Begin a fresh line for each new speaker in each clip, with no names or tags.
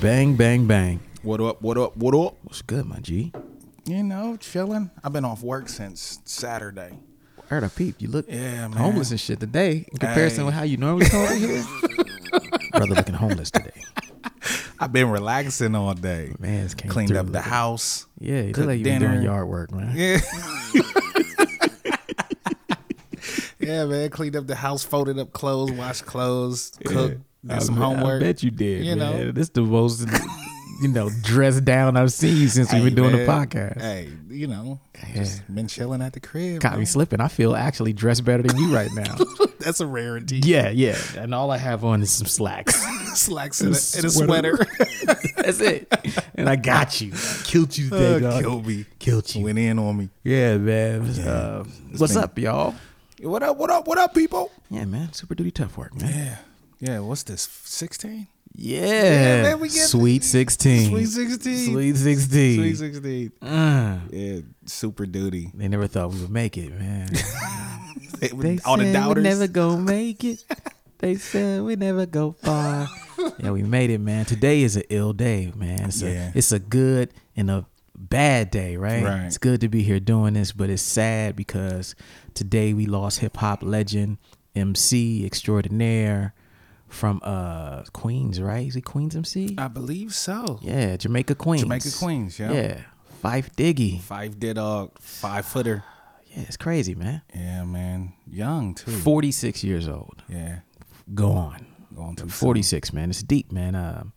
Bang, bang, bang.
What up? What up? What up?
What's good, my G?
You know, chilling. I've been off work since Saturday.
I heard a peep. You look
Yeah, man.
homeless and shit today in comparison
Hey.
with how you normally come over here. Brother looking homeless today.
I've been relaxing all day.
Man's came
cleaned
through
up the
looking-
house.
Yeah, you look
cooked
like you've been doing
dinner.
yard work, man.
Yeah. yeah, man. Cleaned up the house, folded up clothes, washed clothes, cooked,
I
did some
bet-
homework.
I bet you did.
You know?
man. this the most you know dressed down I've seen you since
Hey,
we've been doing the
man.
podcast.
Hey, you know, just been chilling at the crib.
Caught me
man.
slipping. I feel actually dressed better than you right now.
That's a rarity.
yeah, yeah. And all I have on is some slacks.
Slacks and a, and a
Sweater.
sweater.
That's it. And I got you. I killed you today,
Uh,
dog.
killed me.
Killed you.
Went in on me.
Yeah, man. Uh, what's
been-
up, y'all?
What up? What up? What up, people?
Yeah, man. Super duty tough work, man.
Yeah. Yeah. What's this? 16?
Yeah.
man, we get-
Sweet 16.
Sweet 16.
Sweet 16.
Sweet 16.
Uh,
Yeah. Super duty.
they never thought we would make it, man.
They- all the doubters.
gonna make it. They said we never go far. yeah, we made it, man. Today is an ill day, man. It's,
Yeah.
a, it's a good and a bad day, right?
Right.
It's good to be here doing this, but it's sad because today we lost hip hop legend, MC extraordinaire from uh Queens, right? Is he Queens MC?
I believe so.
yeah, Uh, Jamaica Queens.
Jamaica Queens, yeah.
Yeah. Fife Diggy.
Five dead dog, five footer.
Yeah, it's crazy, man.
Yeah, man. Young too.
46 years old.
Yeah.
Go on.
Going to
46 man it's deep man um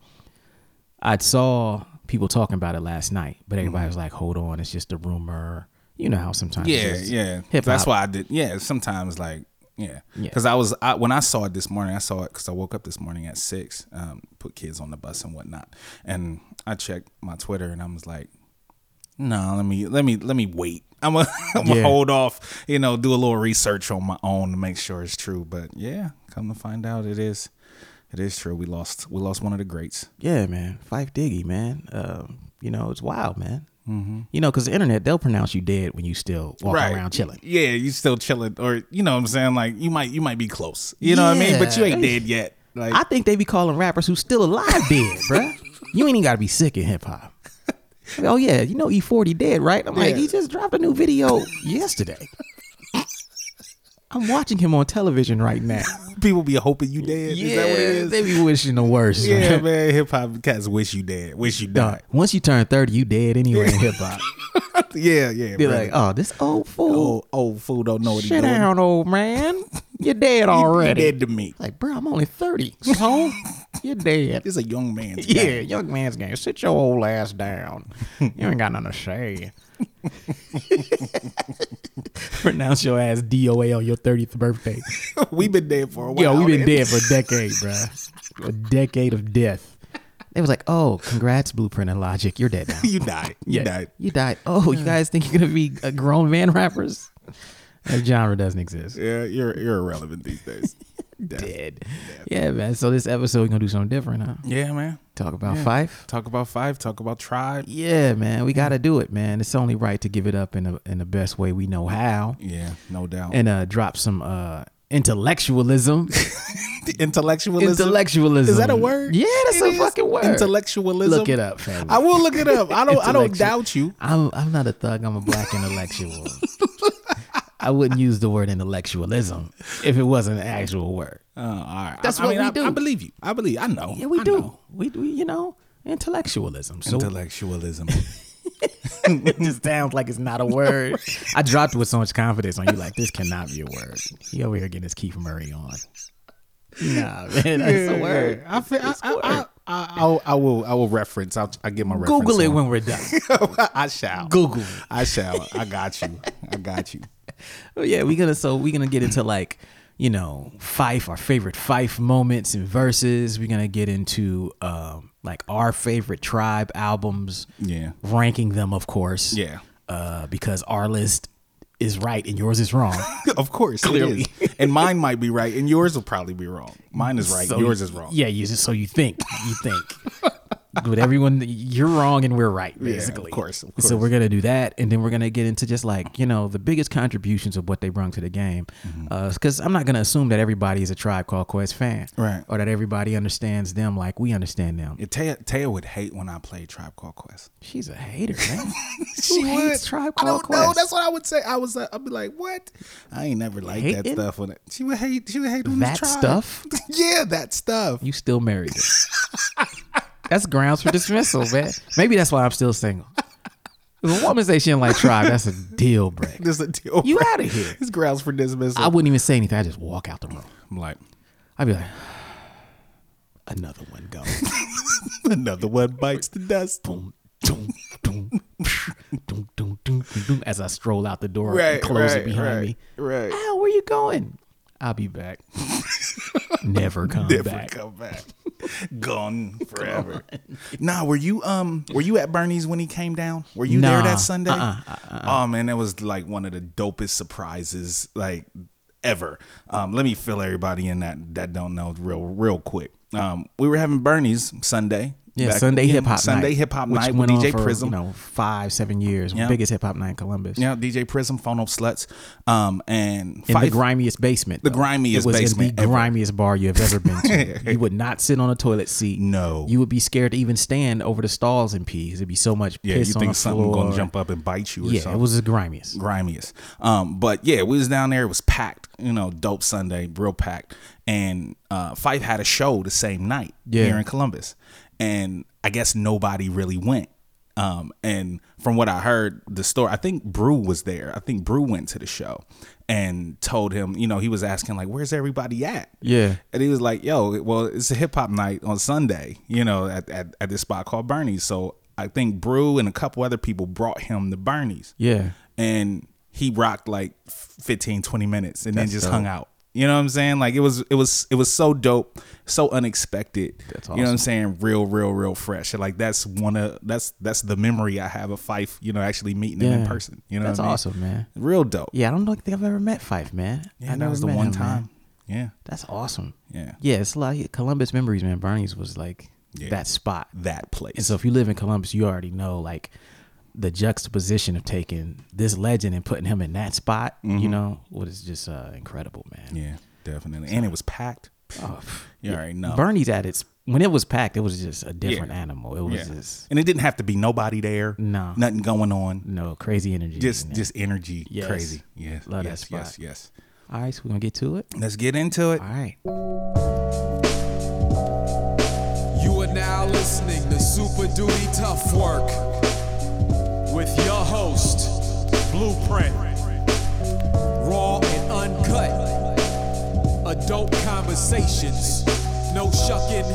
i saw people talking about it last night but everybody
Mm-hmm.
was like hold on it's just a rumor you know how sometimes
Yeah,
it's
yeah.
hip
That's
hop.
why I did. Yeah, sometimes like yeah,
Yeah.
because I was I, when I saw it this morning. I saw it because I woke up this morning at six, um, put kids on the bus and whatnot, and I checked my Twitter and I was like, no, let me let me let me wait. I'm gonna
Yeah.
hold off. You know, do a little research on my own to make sure it's true. But yeah, come to find out, it is. It is true. We lost. We lost one of the greats.
yeah man fife diggy man um you know it's wild man
Mm-hmm.
you know because the internet they'll pronounce you dead when you still walk around chilling
Yeah, you still chilling, or you know what I'm saying? Like you might you might be close. You know what I mean? But you ain't
Yeah.
dead yet. Like
i think they be calling rappers who's still alive dead bruh you ain't even gotta be sick in hip-hop oh yeah you know e40 dead right i'm like
Yeah.
he just dropped a new video yesterday i'm watching him on television right now
people be hoping you dead. is that what it is?
They be wishing the worst.
yeah,
man.
man. Hip hop cats wish you dead. Wish you
Dog,
died.
Once you turn 30, you dead anyway in hip hop.
yeah, yeah.
Be
brother.
like, oh, this old fool.
old old fool don't know what he
shit
doing.
down, old man. You're dead
You
already.
dead to me.
Like, bro, I'm only 30. So you're dead.
This a young man's
yeah,
game.
young man's game. Sit your old ass down. You ain't got nothing to say. Pronounce your ass DOA on your 30th birthday.
we been dead for a while.
Yo, we've been
man.
dead for a decade, bruh. A decade of death. They was like, "Oh, congrats, Blueprint and Logic, you're dead now.
You died. You died.
you died. Oh, you guys think you're gonna be a grown man rappers? That genre doesn't exist.
Yeah, you're you're irrelevant these days.
Dead. Yeah, man. So this episode, we're gonna do something different, huh?
Yeah, man.
Talk about Fife.
Talk about five. Talk about tribe.
Yeah, man. We
Mm.
gotta do it, man. It's only right to give it up in the in the best way we know how,
Yeah, no doubt.
and uh, drop some uh intellectualism.
intellectualism.
intellectualism.
Is that a word?
Yeah, that's
It
a
is.
fucking word.
Intellectualism.
Look it up, fam.
I will look it up. I don't. I don't
Intellectual-
doubt you.
I'm I'm not a thug. I'm a black intellectual. I wouldn't use the word intellectualism if it wasn't an actual word.
Oh,
Uh, all right.
That's
I,
what
I mean,
we
I,
do.
I believe you. I believe. I know.
Yeah, we
I know.
do. We, we you know intellectualism. So
Intellectualism.
it just sounds like it's not a word. I dropped with so much confidence on you. Like this cannot be a word. He over here getting his Keith Murray on. Nah, man, that's a word.
I, feel, I, I, I, I, I'll- I will. I will reference. I'll, I'll get my reference.
Google it
on.
when we're done.
I shall.
Google.
I shall. I got you. I got you.
Oh, yeah, we're gonna so we're gonna get into like you know Fife, our favorite Fife moments and verses. We're gonna get into um, like our favorite Tribe albums.
Yeah.
ranking them, of course.
Yeah.
uh, because our list is right and yours is wrong.
Of course,
Clearly.
it is. and mine might be right, and yours will probably be wrong. Mine is right.
So-
yours is wrong.
Yeah, you just so you think you think. but everyone, you're wrong and we're right,
Yeah, of
basically.
course, of
So
course.
we're gonna do that, and then we're gonna get into just like you know the biggest contributions of what they brought to the game,
Mm-hmm.
because I'm not gonna assume that everybody is a Tribe Called Quest fan,
Right.
Or that everybody understands them like we understand them.
Yeah, Taya, Taya would hate when I played Tribe Called Quest.
She's a hater, man.
She
hates Tribe
I
Called
don't know.
Quest?
That's what I would say. I was. Uh, I'd be like, what? I ain't never liked that
Hating?
stuff. When it, she would hate. She would hate when
That
it's Tribe.
stuff?
yeah, that stuff.
you still married her. that's grounds for dismissal, man. Maybe that's why I'm still single. If a woman say she didn't like Tribe, that's a deal break.
There's a deal.
You
break-
outta here.
It's grounds for dismissal.
I wouldn't even say anything. I just walk out the room.
I'm like,
I'd be like, another one go.
another one bites the dust.
boom, doom, doom, doom, doom, doom, doom, as I stroll out the door and
Right,
close
right,
it behind
right,
me.
right.
Al, where you going? I'll be back. Never come
Never
back.
come back. Gone forever. Nah, were you um were you at Bernie's when he came down? Were you there
Nah, Uh-uh,
that Sunday? Oh man, that was like one of the dopest surprises like ever. Um, let me fill everybody in that that don't know real real quick. Um, we were having Bernie's Sunday.
Yeah,
back-
Sunday hip hop.
Sunday
night,
hip hop
which
night with
went on
DJ
for,
Prism.
You know, five, seven years.
Yeah.
Biggest hip hop night in Columbus.
Yeah, DJ Prism, Phone Up Sluts, um, and
In the
Fife.
grimiest basement. The
grimiest
It was in
basement
the
ever.
grimiest bar you have ever been to. you would not sit on a toilet seat.
No.
You would be scared to even stand over the stalls and pee. 'cause It'd be so much
yeah, you
piss on
think
the
something
floor.
gonna jump up and bite you or
yeah,
something?
it was the grimiest.
grimiest. Um, but yeah, we was down there. It was packed. You know, dope Sunday, real packed. And uh, Fife had a show the same night
Yeah.
here in Columbus, and I guess nobody really went. Um, and from what I heard, the story, I think Brew was there. I think Brew went to the show and told him, you know, he was asking like, "Where's everybody at?"
Yeah.
And he was like, "Yo, well, it's a hip hop night on Sunday, you know, at, at at this spot called Bernie's." So I think Brew and a couple other people brought him to Bernie's
Yeah.
and he rocked like 15 20 minutes and
That's
then just
dope.
hung out you know what i'm saying like it was it was it was so dope so unexpected
That's
you know what i'm
awesome.
saying real real real fresh And, like that's one of that's that's the memory i have of fife you know actually meeting him in
Yeah.
person you know
That's
what I mean?
awesome, man.
real dope
Yeah, I don't think I've ever met Fife, man.
yeah
I
that
never
was the
met
one
him, man.
time yeah
That's awesome.
Yeah.
Yeah, it's like Columbus memories, man. Bernie's was like
Yeah.
that spot.
that place
And so if you live in Columbus, you already know like the juxtaposition of taking this legend and putting him in that spot, you
Mm-hmm.
know, what is just uh, incredible, man.
yeah definitely and it was packed
Oh, pff.
you already know
Bernie's at its when it was packed, it was just a different animal. It
yeah.
was just
and it didn't have to be nobody there
No.
nothing going on
no crazy energy.
just
in there.
just energy
Yes.
crazy yes
Love that
yes
spot.
yes yes
all right, so we're gonna get to it.
let's get into it
All right.
You are now listening to Super Duty Tough Work with your host, Blueprint. Raw and uncut. Adult conversations. No shucking,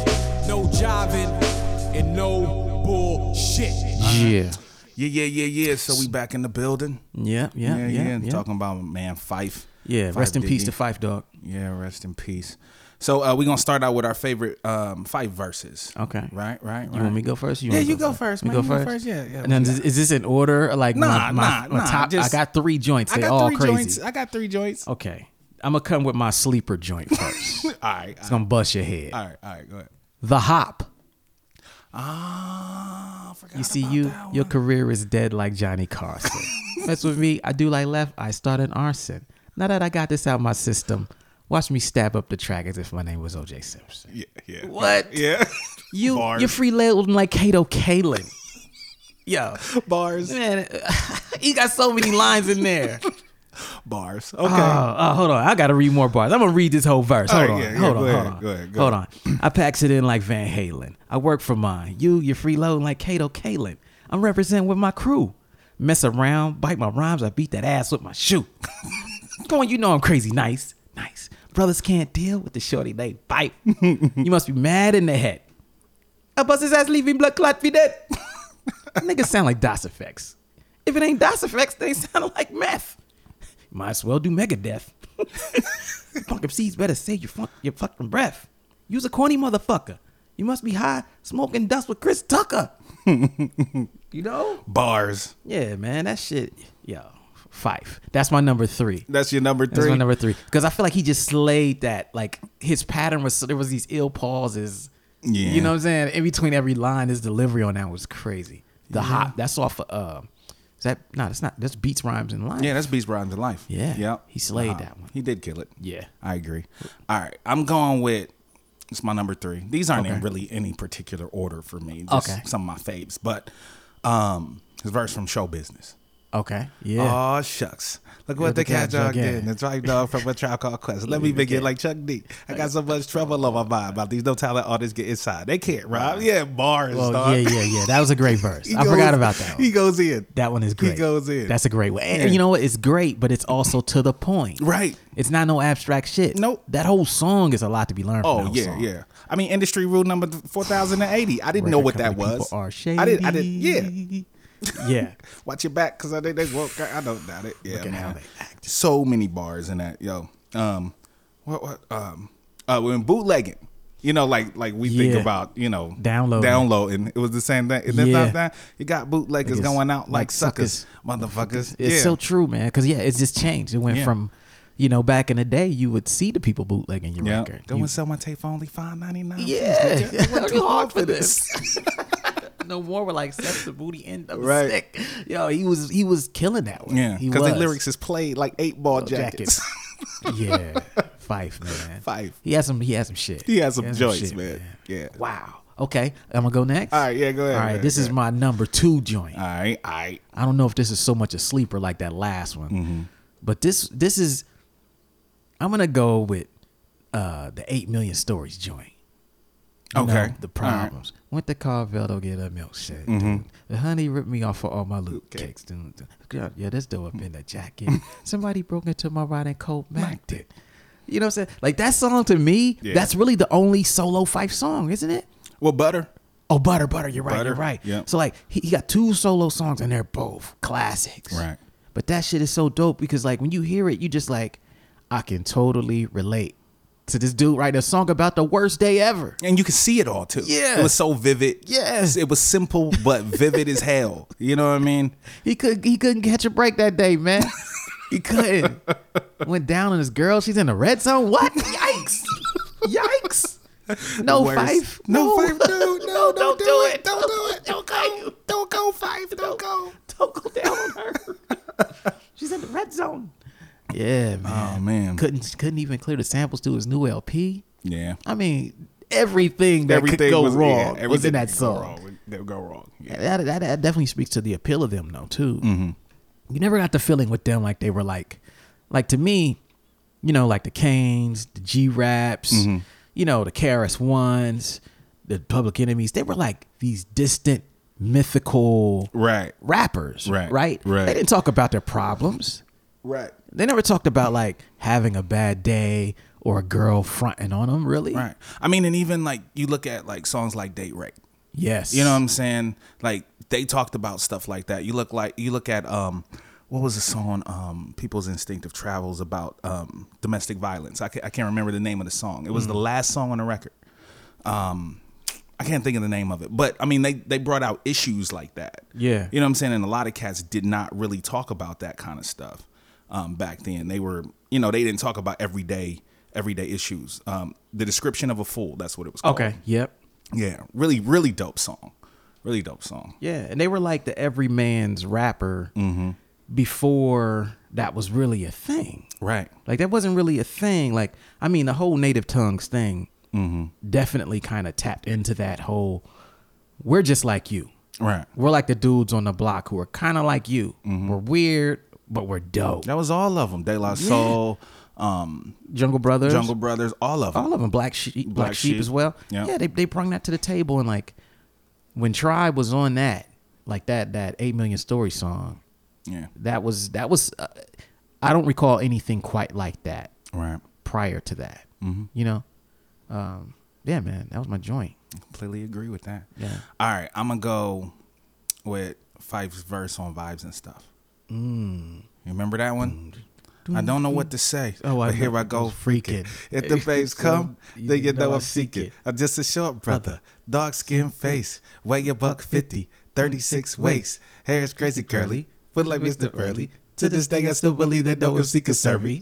no jiving, and no bullshit.
Yeah.
Yeah, yeah, yeah, yeah. So we back in the building.
Yeah, yeah, yeah. Yeah. Yeah.
Talking about man Fife.
rest in
Fife
peace
Diggy.
to Fife Dog.
Yeah, rest in peace. So uh, we're gonna start out with our favorite um, Fife verses.
Okay.
Right, right, right.
You want me to go first? or
Yeah,
wanna
you go first,
You
man. You go first. Yeah, yeah,
And then is, is this in order? or Like
Nah,
my, my,
nah,
my
nah,
top. I
just-
got three joints.
I
they
got
all
three
crazy.
joints. I got three joints.
Okay, I'm gonna come with my sleeper joint first.
All right,
it's gonna bust your head.
all right, all right. Go ahead.
The hop.
Ah, I forgot
You see,
about
you
that
your
one.
career is dead like Johnny Carson. That's with me. I do like left. I start an arson. Now that I got this out my system, watch me stab up the track as if my name was O.J. Simpson.
Yeah, yeah.
What?
Yeah.
You
Bars.
you're freelancing like Kato Kalin. Yo,
bars,
man, he got so many lines in there.
bars. Okay.
Oh, oh, hold on. I got to read more bars. I'm going to read this whole verse.
All
Hold
right,
on.
Oh, yeah, yeah,
hold
go
on.
ahead,
hold on.
go ahead, go
hold on. I packs it in like Van Halen. I work for mine. You, you're freeloading like Kato Kalin. I'm representing with my crew. Mess around, bite my rhymes. I beat that ass with my shoe. Come on, you know I'm crazy nice. Nice. Brothers can't deal with the shorty they bite. you must be mad in the head. I bust his ass, leave him blood clot be dead. Niggas sound like DOS effects. If it ain't DOS effects, they sound like meth. Might as well do Megadeth. Punk MCs better save your, funk, your fucking breath. You's a corny motherfucker. You must be high smoking dust with Chris Tucker. you know?
Bars.
Yeah, man, that shit. Yo, Fife. That's my number three.
That's your number
That's
three.
my number three because I feel like he just slayed that. Like his pattern was there was these ill pauses
Yeah.
You know what I'm saying? In between every line, his delivery on that was crazy. The hop that's off of uh is that no, that's not that's beats, rhymes, and lines.
Yeah, that's Beast Rhymes in Life.
Yeah.
Yeah.
He slayed that one.
He did kill it.
Yeah.
I agree. All right. I'm going with it's my number three. These aren't in
Okay.
really any particular order for me. Just
Okay.
Some of my faves. But um his verse from show business.
Okay. Yeah.
Oh shucks. Look what the cat dog did. It's right dog from a trial called quest. Let me begin like Chuck D. I got so much trouble on my mind about these no talent artists get inside. They can't, Rob. Yeah, bars,
well,
dog.
Oh, yeah, yeah, yeah. That was a great verse.
He
I
goes-
forgot about that. One.
He goes in.
that one is great.
He goes in.
That's a great one. And
Yeah.
you know what? It's great, but it's also to the point.
right.
It's not no abstract shit.
Nope.
That whole song is a lot to be learned.
Oh
from that
yeah,
song.
yeah. I mean, industry rule number four thousand and eighty. I didn't know
Record
what that
company
was.
people Are
I didn't. I didn't. Yeah,
shady. Yeah.
watch your back because I think they woke. I don't doubt it. Yeah,
at
man.
how they act.
So many bars in that, yo. Um, what what um, uh, when bootlegging. You know, like like we think
Yeah.
about, you know,
Downloading.
downloading. It was the same thing. And then
Yeah.
not that you got bootleggers
Like it's-
going out like,
like
suckers,
suckers.
motherfuckers.
It's
yeah.
so true, man. Because yeah, it's just changed. It went
Yeah.
from, you know, back in the day, you would see the people bootlegging your
yeah.
record.
Go
You-
and sell my tape for only five ninety nine.
yeah, it's too hard for this. no more. We're like, that's the booty end of
Right.
the stick. Yo, he was he was killing that one.
Yeah,
he
because the
was.
lyrics is played like eight ball jackets.
jackets. yeah, Fife, man.
Fife.
He has some. He has some shit.
He has some
had
joints,
shit,
man. Yeah.
Wow. Okay, I'm gonna go next.
All right, yeah, go ahead,
All
go
right,
ahead,
this
go
is
ahead.
my number two joint.
All right, all right.
I don't know if this is so much a sleeper like that last one,
Mm-hmm.
but this this is. I'm gonna go with uh the eight million stories joint. You
Okay.
know, the problems. Went to Carvel to get a milkshake. dude. The honey ripped me off for all my loot
Mm-hmm. Okay.
cakes. dude. Girl, yeah, this dough up in the jacket. Somebody broke into my ride and cold macked it. You know what I'm saying? Like that song to me,
Yeah.
that's really the only solo Fife song, isn't it?
Well, butter.
Oh, butter, butter. You're right.
Butter,
You're right.
yeah.
So like he, he got two solo songs and they're both classics.
Right.
But that shit is so dope because like when you hear it, you just like, I can totally relate to this dude writing a song about the worst day ever.
And you can see it all too.
Yeah.
It was so vivid.
Yes.
It was simple but vivid as hell. You know what I mean?
He could he couldn't catch a break that day, man. he couldn't. Went down on this girl. She's in the red zone. What? Yikes! Yikes! No
Worse.
Fife.
No, Fife, dude. No, don't do it. Don't do it.
Don't go.
Don't go, Fife. Don't go.
Don't go down on her. She's in the red zone. Yeah, man.
Oh man.
Couldn't couldn't even clear the samples to his new LP.
Yeah.
I mean, everything that could go
was- yeah,
wrong was
everything
in that
could go
song.
wrong. That would go wrong. Yeah.
that, that, that definitely speaks to the appeal of them though too
Mm-hmm.
you never got the feeling with them like they were like like to me you know like the canes the g-raps
Mm-hmm.
you know the krs ones the public enemies they were like these distant mythical
Right.
rappers
Right,
right
right.
they didn't talk about their problems
Right.
they never talked about like having a bad day or a girl fronting on them really
Right. I mean, and even like you look at like songs like Date Rape.
yes
You know what I'm saying? Like they talked about stuff like that. You look like you look at um what was the song um People's Instinctive Travels about um domestic violence. I can't, I can't remember the name of the song. It was
Mm.
the last song on the record. Um I can't think of the name of it. But I mean they they brought out issues like that.
Yeah.
You know what I'm saying? And a lot of cats did not really talk about that kind of stuff um, back then. They were, you know, they didn't talk about everyday everyday issues. Um, the description of a fool, that's what it was called.
okay yep
Yeah, really, really dope song. Really dope song.
Yeah, and they were like the everyman's rapper
Mm-hmm.
before that was really a thing.
Right.
Like that wasn't really a thing. Like I mean, the whole native tongues thing
Mm-hmm.
definitely kind of tapped into that whole. We're just like you.
Right.
We're like the dudes on the block who are kind of like you.
Mm-hmm.
We're weird, but we're dope.
That was all of them. De La Soul, um,
Jungle Brothers,
Jungle Brothers, all of them.
all of them black sheep black,
Black
sheep,
Sheep.
as well
Yeah.
yeah they, they brought that to the table and like when tribe was on that like that that 8 million story song
Yeah.
that was that was uh, i don't recall anything quite like that
Right.
prior to that
Mm-hmm.
you know um yeah man that was my joint
Completely agree with that.
Yeah.
All right, I'm gonna go with Fife's verse on vibes and stuff. You remember that one? I don't know what to say.
Oh, I
but here
know.
I go
Freaking.
freaking. If the babes
So,
come,
you
then you
know
know
I
I'm
seek
seeking.
it.
I'm just a short brother, dark skin face, weigh a buck fifty, 36 waist, hair is crazy curly, foot like Mr. Burley. To this day, I still believe that no MC can serve me.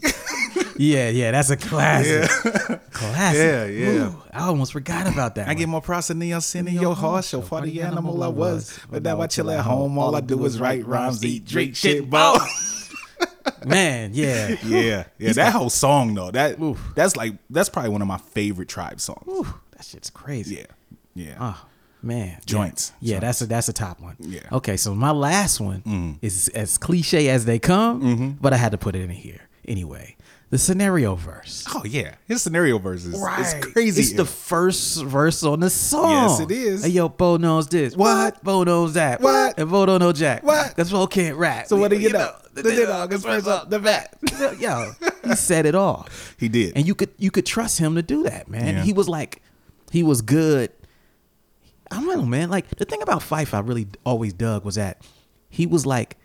Yeah, yeah, that's a classic. Classic.
Yeah, yeah.
Ooh, I almost forgot about that.
I
one.
get more props than your sin in your heart. Show for the animal I was. But now I chill at home. All I do is write rhymes, eat, drink, shit, ball.
man. Yeah,
Yeah, yeah. That whole song though, that that's like that's probably one of my favorite tribe songs.
Ooh, that shit's crazy.
Yeah, yeah.
Oh, man.
Joints.
Yeah, that's a that's a top one.
Yeah. Mm-hmm.
Okay, so my last one is as cliche as they come, but I had to put it in here anyway. The scenario verse.
Oh yeah, his scenario verse is, is
Right.
crazy.
It's the first verse on the song.
Yes, it is.
Hey, yo, Bo knows this.
What?
Bo knows that.
What?
And Bo don't know Jack.
What?
That's Bo can't rap.
so what do you, know?
The
The dog is first up the bat.
Yo, he said it all.
He did.
and you could you could trust him to do that, man.
Yeah.
He was like, he was good. I don't know, man. Like the thing about Fife, I really always dug was that he was like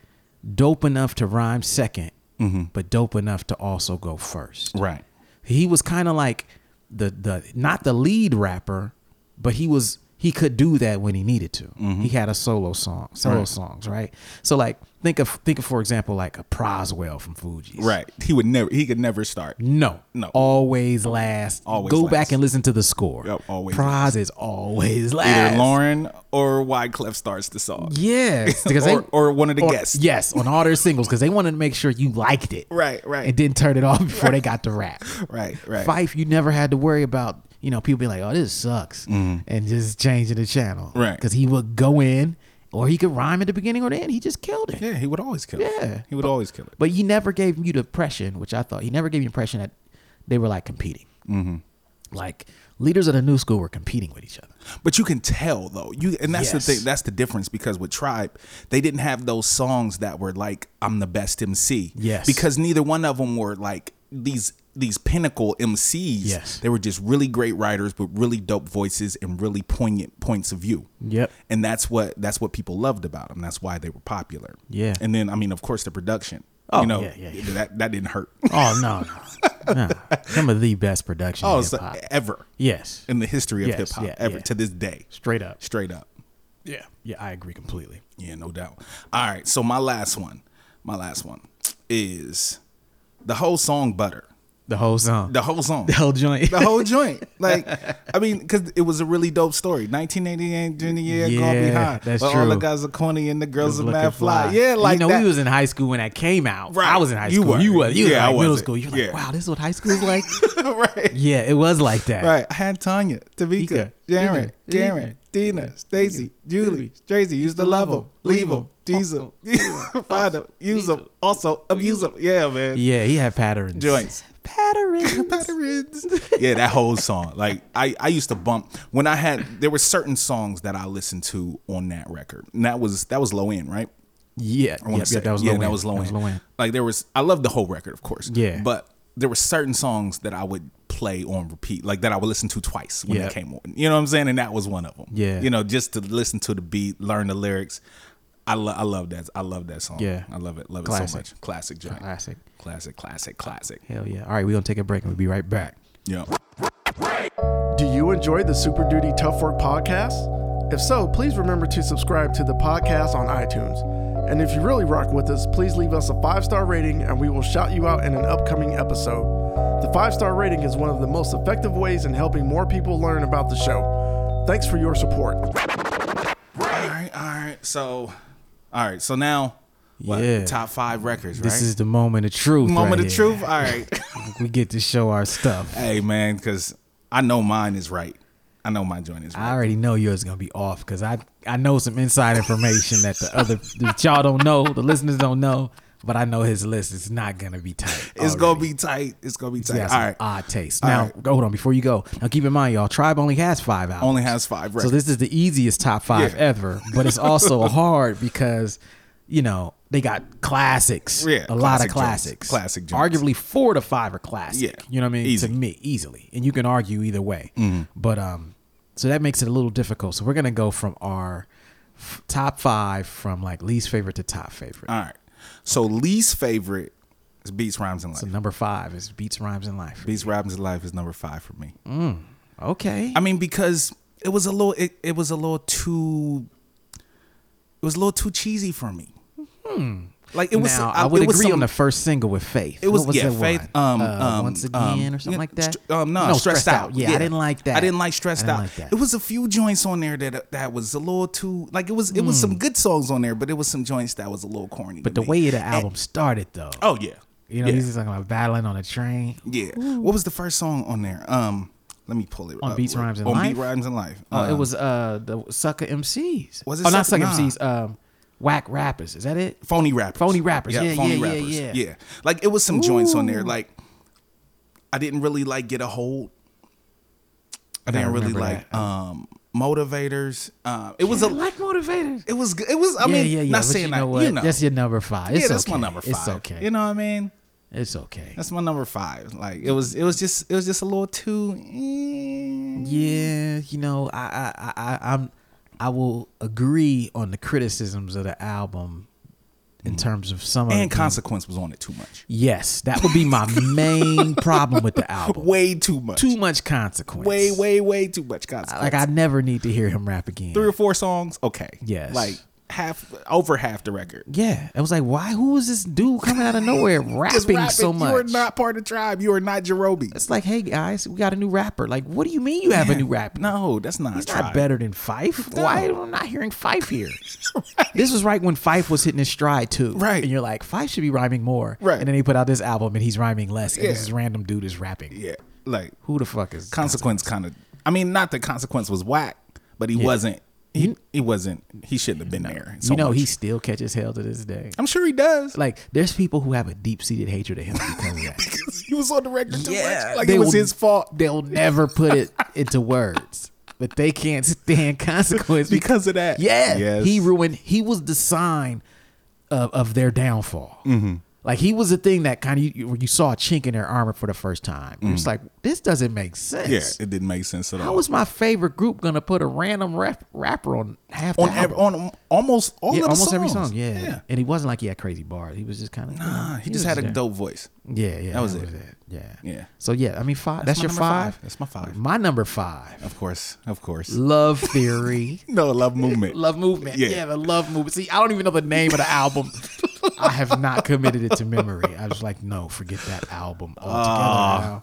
dope enough to rhyme 2nd
Mm-hmm.
but dope enough to also go first.
right.
He was kind of like the the not the lead rapper, but he was he could do that when he needed to. He had a solo song, solo
Mm-hmm. Right.
songs, right? So like think of think of for example like a Proswell from Fugees,
Right. He would never. He could never start.
no.
No.
Always last.
Always
Go
last.
back and listen to the score.
Yep, always
Prize is always last.
Either Lauren or Wyclef starts the song.
Yes. Because
Or-
they,
or one of the guests.
Yes, on all their singles because they wanted to make sure you liked it.
Right, right.
And didn't turn it off before they got the rap.
Right, right.
Fife, you never had to worry about, you know, people being like, oh, this sucks. And just changing the channel.
Mm-hmm. Right.
Because he would go in or he could rhyme at the beginning or the end. He just killed it.
Yeah, he would always kill it.
Yeah.
he would always kill it.
But he never gave you the impression, which I thought he never gave you the impression that they were like competing.
Mm-hmm.
Like leaders of the new school were competing with each other.
But you can tell though. You and that's
Yes.
the thing. That's the difference because with Tribe, they didn't have those songs that were like "I'm the best MC."
Yes.
Because neither one of them were like these these pinnacle MCs.
Yes.
They were just really great writers with really dope voices and really poignant points of view.
Yep.
And that's what that's what people loved about them. That's why they were popular.
Yeah.
And then I mean, of course, the production.
Oh,
you know,
yeah, yeah, yeah.
that that didn't hurt.
Oh no, no, no. some of the best production.
oh,
in
so-
hip-hop.
ever
yes,
in the history of
Yes,
hip hop
yeah,
ever
yeah.
to this day,
straight up.
straight up.
Yeah, yeah, I agree completely.
Yeah, no doubt. All right, so my last one, my last one is the whole song "Butter."
The whole song,
The whole song,
The whole joint.
Uh-huh. the whole joint. Like, I mean, because it was a really dope story. 1988, junior year, gonna be
Yeah,
high.
that's
but All the
true.
guys are corny and the girls are
Looking
mad fly. Yeah, like
you know,
that.
we was in high school when that came out.
Right.
I was in high
You
school.
were.
You were. You
Yeah,
yeah, were
I
like middle
wasn't.
school. You're like,
Yeah.
wow, this is what high school is like.
right,
yeah, it was like that.
right. I had Tanya, Tavika,
Tika,
Darren,
Tika,
Darren, Dina, Stacy, Julie, Tracy. Used to love them, leave them, tease them, find them, use them, also abuse them. Yeah, man.
Yeah, he had patterns.
Joints.
Patterns.
Patterns. yeah, that whole song. Like I, I used to bump when I had there were certain songs that I listened to on that record. And that was that was low end, right?
Yeah,
I wanna
yep,
say.
yep, that was
yeah,
low end.
that was low
That
end.
was low end.
Like there was I love the whole record, of course.
Yeah.
But there were certain songs that I would play on repeat, like that I would listen to twice when
Yep.
they came on. You know what I'm saying? And that was one of them.
Yeah.
You know, just to listen to the beat, learn the lyrics. I, lo- I love that. I love that song.
Yeah.
I love it. Love it
Classic.
so much. Classic joint.
Classic.
Classic, classic, classic.
Hell yeah. All right, we're going to take a break and we'll be right back.
Yeah.
Do you enjoy the Super Duty Tough Work podcast? If so, please remember to subscribe to the podcast on iTunes. And if you really rock with us, please leave us a five star rating and we will shout you out in an upcoming episode. The five star rating is one of the most effective ways in helping more people learn about the show. Thanks for your support.
All right, all right. So, all right. So now, what?
Yeah.
Top five records, right?
This is the moment of truth.
moment
right
of
here.
truth. All right.
We get to show our stuff.
hey, man, because I know mine is right. I know my joint is right.
I already know yours is gonna be off because I I know some inside information that the other that y'all don't know, the listeners don't know, but I know his list is not gonna be tight. Oh,
it's gonna be tight. It's gonna be tight.
yeah,
all right.
odd taste.
All
Now
right.
hold on before you go. Now keep in mind, y'all, Tribe only has five albums.
Only has five records.
So this is the easiest top five
Yeah.
ever, but it's also hard because you know they got classics.
Yeah,
a lot
classic
of
joints.
classics.
Classic joints.
Arguably four to five are classic.
Yeah, Mm-hmm.
you know what I mean.
easy.
To me, easily, and you can argue either way. But um, so that makes it a little difficult. So we're gonna go from our f- top five from like least favorite to top favorite.
all right. So least favorite is Beats, Rhymes, and Life.
so number five is Beats, Rhymes, and Life.
Beats, Rhymes, and Life is number five for me.
Okay.
I mean, because it was a little, it, it was a little too, it was a little too cheesy for me. Like it was.
now,
I,
I, would
it was
agree on
some-
the first single with Faith.
It was,
What was
yeah,
that
faith.
one?
Um,
Uh,
um,
once again
um,
or something
yeah,
like that.
str- um, no, stressed, out.
Yeah, I didn't like that.
I didn't like stressed
I didn't
out.
like that.
It was a few joints on there that that was a little too like it was. It was some good songs on there, but it was some joints that was a little corny.
Hmm. but
to
the
me.
way the
And-
album started though.
oh yeah,
You know,
yeah,
he's just talking about battling on a train.
yeah. What was the first song on there? Um, let me pull it
On
up
Beats,
real-
Rhymes, and
on
Life?
Beat Rhymes and Life.
Oh, it
Um,
was uh the sucker MCs.
Was it
oh, not
Sucker-
sucker
nah.
MCs. Um, whack rappers. Is that it?
phony rappers.
Phony rappers. Yeah, yeah, yeah, yeah.
Like it was some joints on there. Like I didn't really like get a hold. I
Gotta
didn't really
remember
like
that.
um motivators. Um it was
I
a
like motivators.
it was good. It was I
yeah,
mean
yeah, yeah.
not
but
saying
you
that
know what?
you know.
That's your number five. It's
yeah, that's
okay.
my number five.
It's okay.
You know what I mean?
it's okay.
That's my number five. Like it was it was just it was just a little too eh.
Yeah, you know, I, I, I, I, I'm, I will agree on the criticisms of the album in terms of some of
Mm. and
the-
consequence was on it too much.
Yes, that would be my main problem with the album.
Way too much.
too much consequence.
way, way, way too much consequence.
Like I never need to hear him rap again.
three or four songs, okay.
Yes.
Like half over half the record.
Yeah, I was like, why? Who is this dude coming out of nowhere
Just
rapping so
rapping. You are
much?
not part of the tribe. You are not Jerobi.
it's like, hey guys, we got a new rapper. Like, what do you mean you have a new rapper?
No, that's not.
he's
tribe.
not better than Fife. Why am I not hearing Fife here? This was right when Fife was hitting his stride too.
Right.
and you're like, Fife should be rhyming more.
Right.
and then he put out this album and he's rhyming less, and
Yeah.
this random dude is rapping.
Yeah, like
Who the fuck is?
consequence kind of. I mean, not that consequence was whack, but he wasn't. He he wasn't. He shouldn't have been there. so
you know,
much.
he still catches hell to this day.
I'm sure he does. Like,
Like, there's people who have a deep seated hatred of him because of that.
he was on the record too much. Like
they
it was
will-
his fault
They'll never put it into words, but they can't stand consequence because.
because of that.
Yeah,
Yes.
he ruined. He was the sign of, of their downfall.
Mm-hmm.
Like he was the thing that kind of you, you- you saw a chink in their armor for the first time. It's like this doesn't make
Mm. yeah,
sense.
it didn't make sense at all.
How is my favorite group gonna put a random rap, rapper on half the
on
album?
ev- on almost all
yeah,
of the
almost
songs.
every song. Yeah.
yeah.
and he wasn't like he had crazy bars. He was just kind of
Nah, he just had a dope voice.
Yeah, yeah,
That was it.
Yeah,
Yeah.
So yeah, I mean five. That's,
my
your
number
five?
five. That's my five.
My number five.
Of course, of course.
Love theory.
No love movement.
Love Movement. Yeah.
Yeah.
the Love Movement. See, I don't even know the name of the album. I have not committed it to memory. I was like, no, forget that album altogether. now.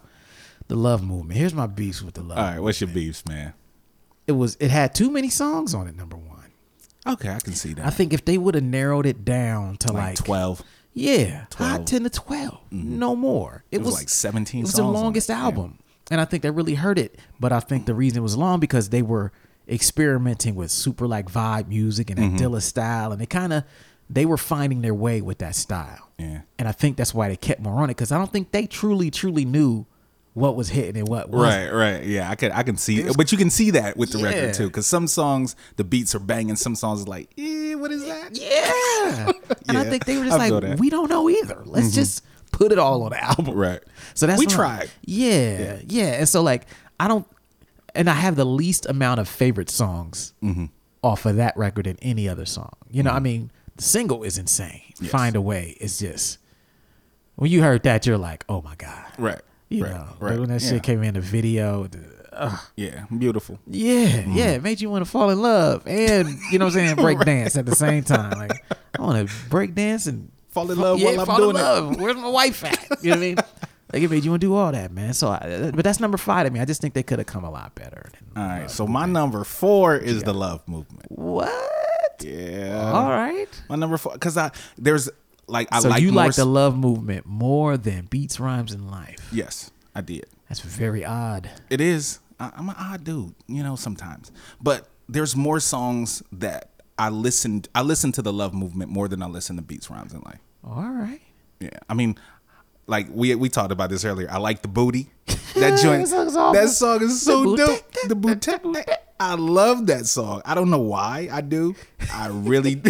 The Love Movement. Here's my beef with the Love.
All right, what's your beefs, man?
It was it had too many songs on it. Number one,
Okay, I can see that.
I think if they would have narrowed it down to
like,
like,
twelve.
yeah, high
12.
ten to 12 no more. It,
was like 17
It was
songs
the
on
longest
it, yeah.
album, and I think that really hurt it. But I think the reason it was long because they were experimenting with super like vibe music and
Mm-hmm.
Adilla style, and they kind of they were finding their way with that style.
Yeah.
and I think that's why they kept more on it because I don't think they truly truly knew what was hitting and what wasn't.
Right, right, yeah, I could, I can see, but you can see that with the
Yeah.
record too, because some songs the beats are banging, some songs is like, eh, what is that?
Yeah, and I
Yeah,
think they were
I
just
feel
like,
that. Mm-hmm.
we don't know either. Let's just put it all on the album.
Right.
So that's
we
what I'm-
tried.
yeah, yeah, And so like I don't, and I have the least amount of favorite songs
Mm-hmm.
off of that record than any other song. You know, I mean, the single is insane. Find a way is just when you heard that, you're like, oh my god,
Right.
You
right.
know,
right.
when that
yeah.
shit came in the video. the-
Yeah, beautiful.
yeah,
Mm-hmm.
yeah, it made you want to fall in love and you know what I'm saying, break dance at the same time. Like I want to break dance and
Fall in love
yeah,
while I'm
fall
doing
in
it.
love. Where's my wife at? You know what I mean? Like it made you want to do all that, man. So, I, but that's number five to me. I just think they could have come a lot better.
All right, so my number four is the love movement.
What?
Yeah,
All right.
my number four because I there's like I
so
like
you
more
like the
s-
love movement more than beats, rhymes, and life.
yes I did.
That's very odd.
It is. I, I'm an odd dude, you know, sometimes. But there's more songs that I listened. I listen to the Love Movement more than I listen to Beats, Rhymes, and Life.
All right.
Yeah, I mean, like we we talked about this earlier. I like the booty. That joint.
song is awful.
that song is so
The booty.
dope. The booty. I love that song. I don't know why I do. I really,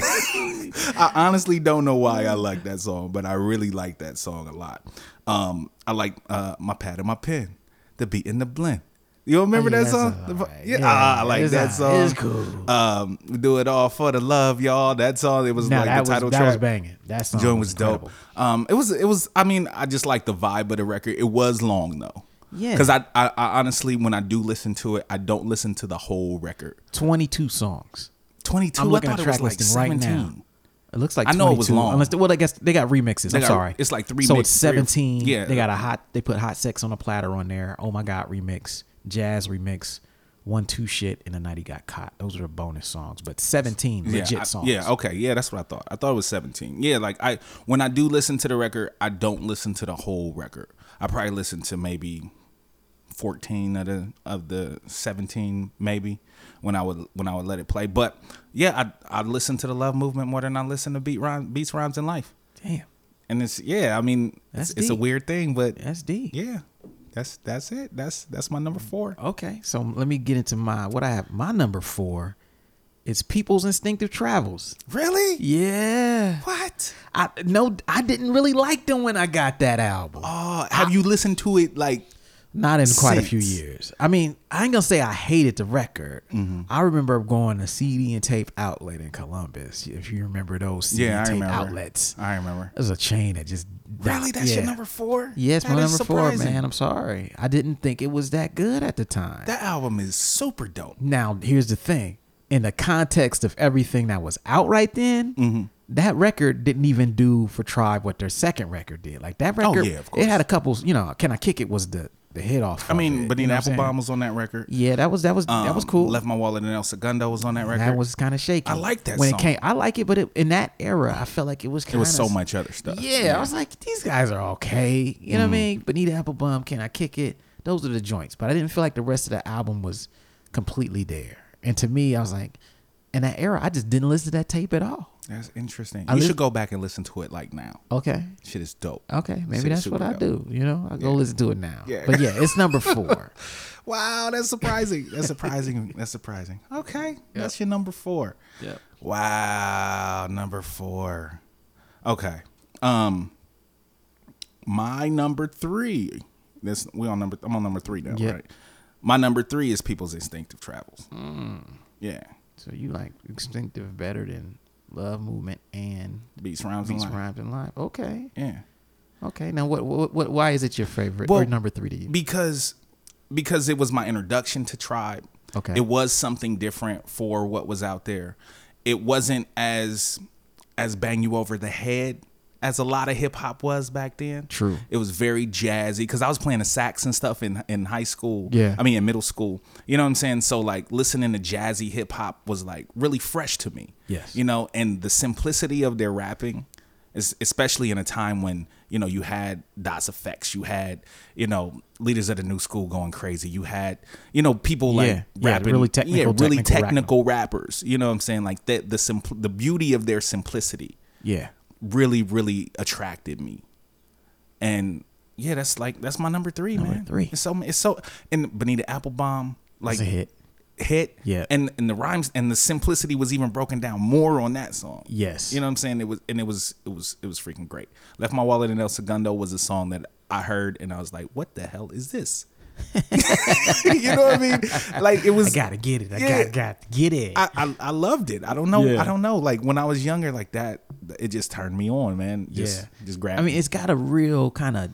I honestly don't know why I like that song, but I really like that song a lot. Um, I like uh, my pad and my pen, the beat and the blend. You remember
Oh, yeah, that's
that song? The-
alright.
Yeah,
Yeah,
ah, I like
it's
that song.
alright. It's cool.
Um, do it all for the love, y'all. That song. It was
Now
like
that
the
was
title
that
track.
Oh, was banging. That song
Joint was
incredible.
dope. Um, it was it was. I mean, I just like the vibe of the record. It was long though.
Yeah.
Because I, I I honestly, when I do listen to it, I don't listen to the whole record.
Twenty two songs.
Twenty two.
I'm looking
I
at
thought
track
it was like
listing right now.
seventeen.
It looks like
I know it was
22,
long.
Unless well, I guess they got remixes.
They
I'm
got-
sorry,
it's like three
So
mix-
it's
three or-
seventeen.
yeah.
they got a hot. They put hot sex on a platter on there. Oh my god, remix, jazz remix, one two shit, and the night he got caught. Those are the bonus songs, but seventeen
I-
legit songs.
Yeah, okay, yeah, that's what I thought. I thought it was seventeen. Yeah, like I when I do listen to the record, I don't listen to the whole record. I probably listen to maybe fourteen of the of the seventeen, maybe when I would when I would let it play. But yeah, I I listen to the love movement more than I listen to beat rhyme, beats, rhymes, and life.
Damn,
And it's yeah, I mean,
That's
it's, it's a
deep.
weird thing, but
that's deep.
yeah, that's that's it. That's that's my number four.
Okay, so let me get into my what I have. My number four is people's instinctive travels.
Really?
Yeah,
What?
I no, I didn't really like them when I got that album.
Oh, have you listened to it like
Not in quite a few
since.
years. I mean, I ain't gonna say I hated the record.
Mm-hmm.
I remember going to CD and tape outlet in Columbus. If you remember those CD
Yeah, I
and tape
remember.
outlets,
I remember.
there's a chain that just
Really? That's your
Yeah.
number four?
Yes,
That
my
is
number four,
surprising.
man. I'm sorry, I didn't think it was that good at the time.
That album is super dope.
now, here's the thing: in the context of everything that was out right then.
Mm-hmm.
That record didn't even do for Tribe what their second record did. Like that record,
Oh, yeah, of course.
it had a couple. You know, "Can I Kick It" was the the hit off.
I mean,
but
Benina
you know what I'm saying?
Applebaum was on that record.
Yeah, that was that was that was
Um,
cool.
Left My Wallet and El Segundo was on that record.
that was kind of shaky.
I like that
when
song.
it came. I like it, but it, in that era, I felt like it was kind
It was so much other stuff.
Yeah, I was like, these guys are okay. You know what
Mm-hmm.
I mean? Benita Applebum, can I kick it? Those are the joints, but I didn't feel like the rest of the album was completely there. And to me, I was like, in that era, I just didn't listen to that tape at all.
That's interesting.
I
you
lis-
should go back and listen to it like now.
Okay.
Shit is dope.
Okay, maybe
Shit is
that's what
super
I
dope.
do. You know, I go listen to it now.
Yeah.
But yeah, it's number four.
Wow, that's surprising. That's surprising. that's surprising. Okay, that's your number four.
Yep.
Wow, number four. Okay. Um, my number three. This we on number. I'm on number three now,
Yep.
right? My number three is people's instinctive travels. Yeah,
so you like Instinctive better than Love Movement and
beats rhymes
Beats
and life.
Rhymes and Live. Okay.
Yeah,
Okay, now what, what, what? Why is it your favorite or
Well,
number three to you?
because because it was my introduction to tribe.
Okay.
it was something different for what was out there. It wasn't as as bang you over the head as a lot of hip hop was back then.
True.
It was very jazzy because I was playing the sax and stuff in in high school.
Yeah.
I mean in middle school. You know what I'm saying? So like listening to jazzy hip hop was like really fresh to me.
Yes.
You know, and the simplicity of their rapping, es- especially in a time when you know you had DOS effects, you had you know leaders of the new school going crazy, you had you know people like
Yeah, yeah,
rapping,
really technical,
yeah, really
technical rapping.
technical rappers. You know what I'm saying? Like that, the simpl- the beauty of their simplicity
yeah,
really, really attracted me. And yeah, that's like that's my number three,
Number
man.
three.
It's so it's so and Benita Applebaum like
That's a hit.
hit.
Yeah.
and and the rhymes and the simplicity was even broken down more on that song.
Yes.
you know what I'm saying. It was and it was it was it was freaking great. Left my wallet in El Segundo was a song that I heard and I was like, what the hell is this? you know what I mean? Like it
I
was.
gotta get it. I
Yeah.
gotta, gotta get it.
I, I I loved it. I don't know.
Yeah.
I don't know. Like when I was younger, like that, it just turned me on, man. Just, just grabbed.
I mean,
me.
it's got a real kind of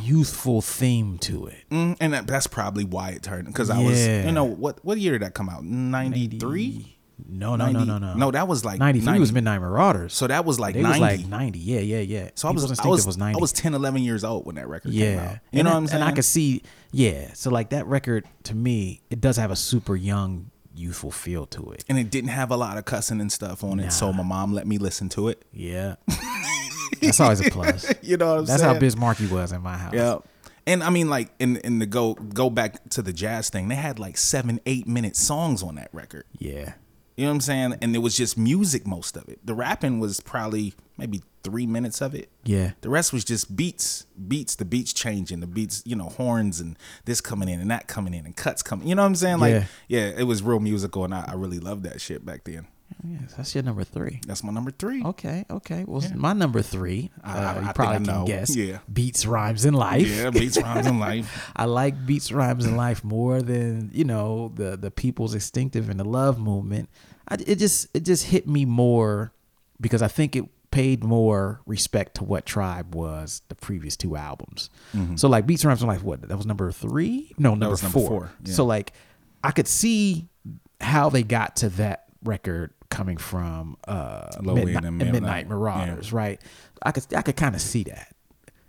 youthful theme to it.
Mm, and that, that's probably why it turned because I was,
Yeah.
you know, what what year did that come out? Ninety three.
No, no, no, no, no.
No, that was like
ninety three
90.
was Midnight Marauders.
So that was like
they was
ninety.
like ninety. Yeah, yeah, yeah.
so I
People's
was, I
Instinctive
was,
was
I
ninety.
was 10, 11 years old when that record came out.
yeah,
You
And
know
I-
what I'm saying?
And I could see, yeah. So like that record to me, it does have a super young, youthful feel to it.
and it didn't have a lot of cussing and stuff on it, so my mom let me listen to it.
Yeah, that's always a plus.
You know what I'm
That's
saying?
how Biz Markie was in my house.
Yeah. And I mean, like in in the go go back to the jazz thing, they had like seven eight minute songs on that record.
Yeah.
You know what I'm saying? And it was just music most of it. The rapping was probably maybe three minutes of it.
Yeah.
The rest was just beats, beats, the beats changing, the beats, you know, horns and this coming in and that coming in and cuts coming. You know what I'm saying? Like,
Yeah.
yeah, it was real musical, and I, I really loved that shit back then.
Yes, that's your number three.
That's my number three.
Okay, okay. Well, my number three, uh,
I- I
you
think
probably
I
can
know.
guess.
Yeah.
Beats, rhymes, and life.
Yeah, beats, rhymes, and life.
I like beats, rhymes, and life more than you know the the people's instinctive and the love movement. I, it just it just hit me more because I think it paid more respect to what Tribe was the previous two albums. So like beats, rhymes, and life. What that was number three? No, number,
Mm-hmm. was number
four.
four, yeah.
So like I could see how they got to that record
coming from uh,
Low
Midni-
End and
Midnight,
Midnight.
Marauders, right? I could I could kind of see that,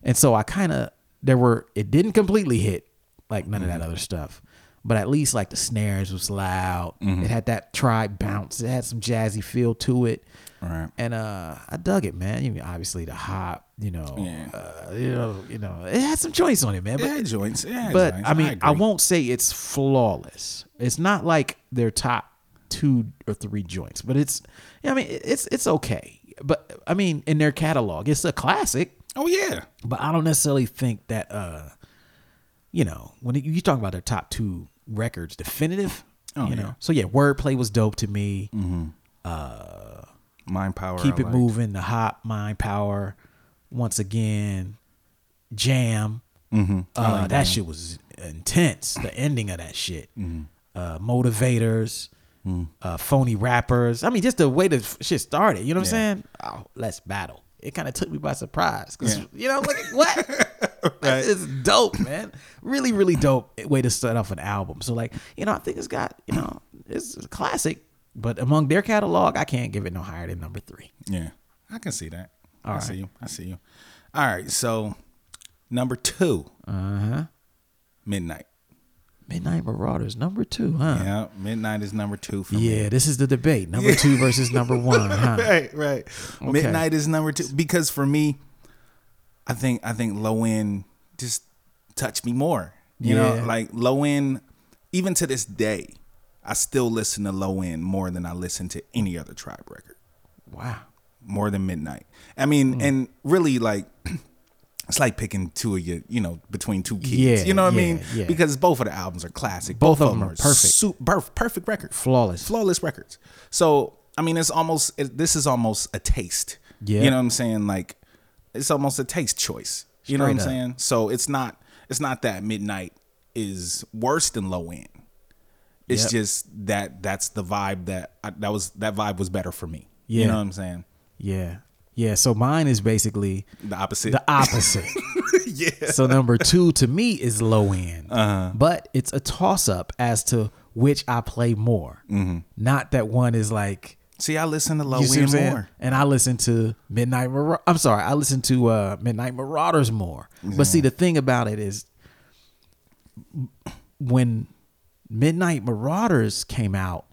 and so I kind of there were it didn't completely hit like none
Mm-hmm.
of that other stuff, but at least like the snares was loud.
Mm-hmm.
It had that tribe bounce. It had some jazzy feel to it.
Right.
And uh, I dug it, man. You mean, obviously the hop, you know,
Yeah.
uh, you know, you know, it had some joints on it, man. But
Yeah, joints. Yeah,
but
joints.
I mean, I,
agree.
won't say it's flawless. It's not like their top two or three joints, but it's. I mean, it's it's okay. But I mean, in their catalog, it's a classic.
Oh yeah,
But I don't necessarily think that. uh You know, when you talk about their top two records, definitive.
Oh,
you
yeah.
know, so yeah, wordplay was dope to me.
mind power.
Keep
I
it
like.
moving. The hop, mind power. Once again, jam.
Mm-hmm.
Uh, that shit was intense. The ending of that shit.
Mm-hmm.
Uh, motivators.
Mm.
Uh, phony rappers. I mean, just the way the f- shit started. You know what
Yeah.
I'm saying? Oh, let's battle. It kind of took me by surprise. 'cause,
Yeah.
You know, like what? That's It's dope, man. Really, really dope way to start off an album. So like, you know, I think it's got, you know, it's a classic. But among their catalog, I can't give it no higher than number three.
Yeah, I can see that. I
All right.
see you. I see you. All right. So number two,
Uh huh.
midnight.
Midnight Marauders, number two, huh? Yeah.
Yeah, midnight is number two for me.
this is the debate. Number two versus number one, huh?
right, right. Midnight is number two because for me, I think I think low end just touched me more. You
Yeah.
know, like low end. Even to this day, I still listen to low end more than I listen to any other tribe record,
Wow. Mm.
more than midnight. I mean, and really like. It's like picking two of your, you know, between two kids.
Yeah,
you know what
yeah,
I mean?
yeah.
Because both of the albums are classic.
Both of them are perfect.
su- perf- perfect record
Flawless.
flawless records. So I mean, it's almost it, this is almost a taste.
Yeah.
you know what I'm saying? Like it's almost a taste choice. You know what I'm
Straight up.
saying? So it's not it's not that midnight is worse than low end. It's
Yep.
just that that's the vibe that I, that was that vibe was better for me.
Yeah.
You know what I'm saying?
yeah. Yeah. So mine is basically
The opposite.
the opposite. yeah. So number two to me is low end, uh-huh. but it's a toss up as to which I play more. Not that one is like
See, I listen to low
you see
end
what I'm saying?
more.
And I listen to Midnight Marauders. I'm sorry, I listen to uh, Midnight Marauders more. But see, the thing about it is, when Midnight Marauders came out,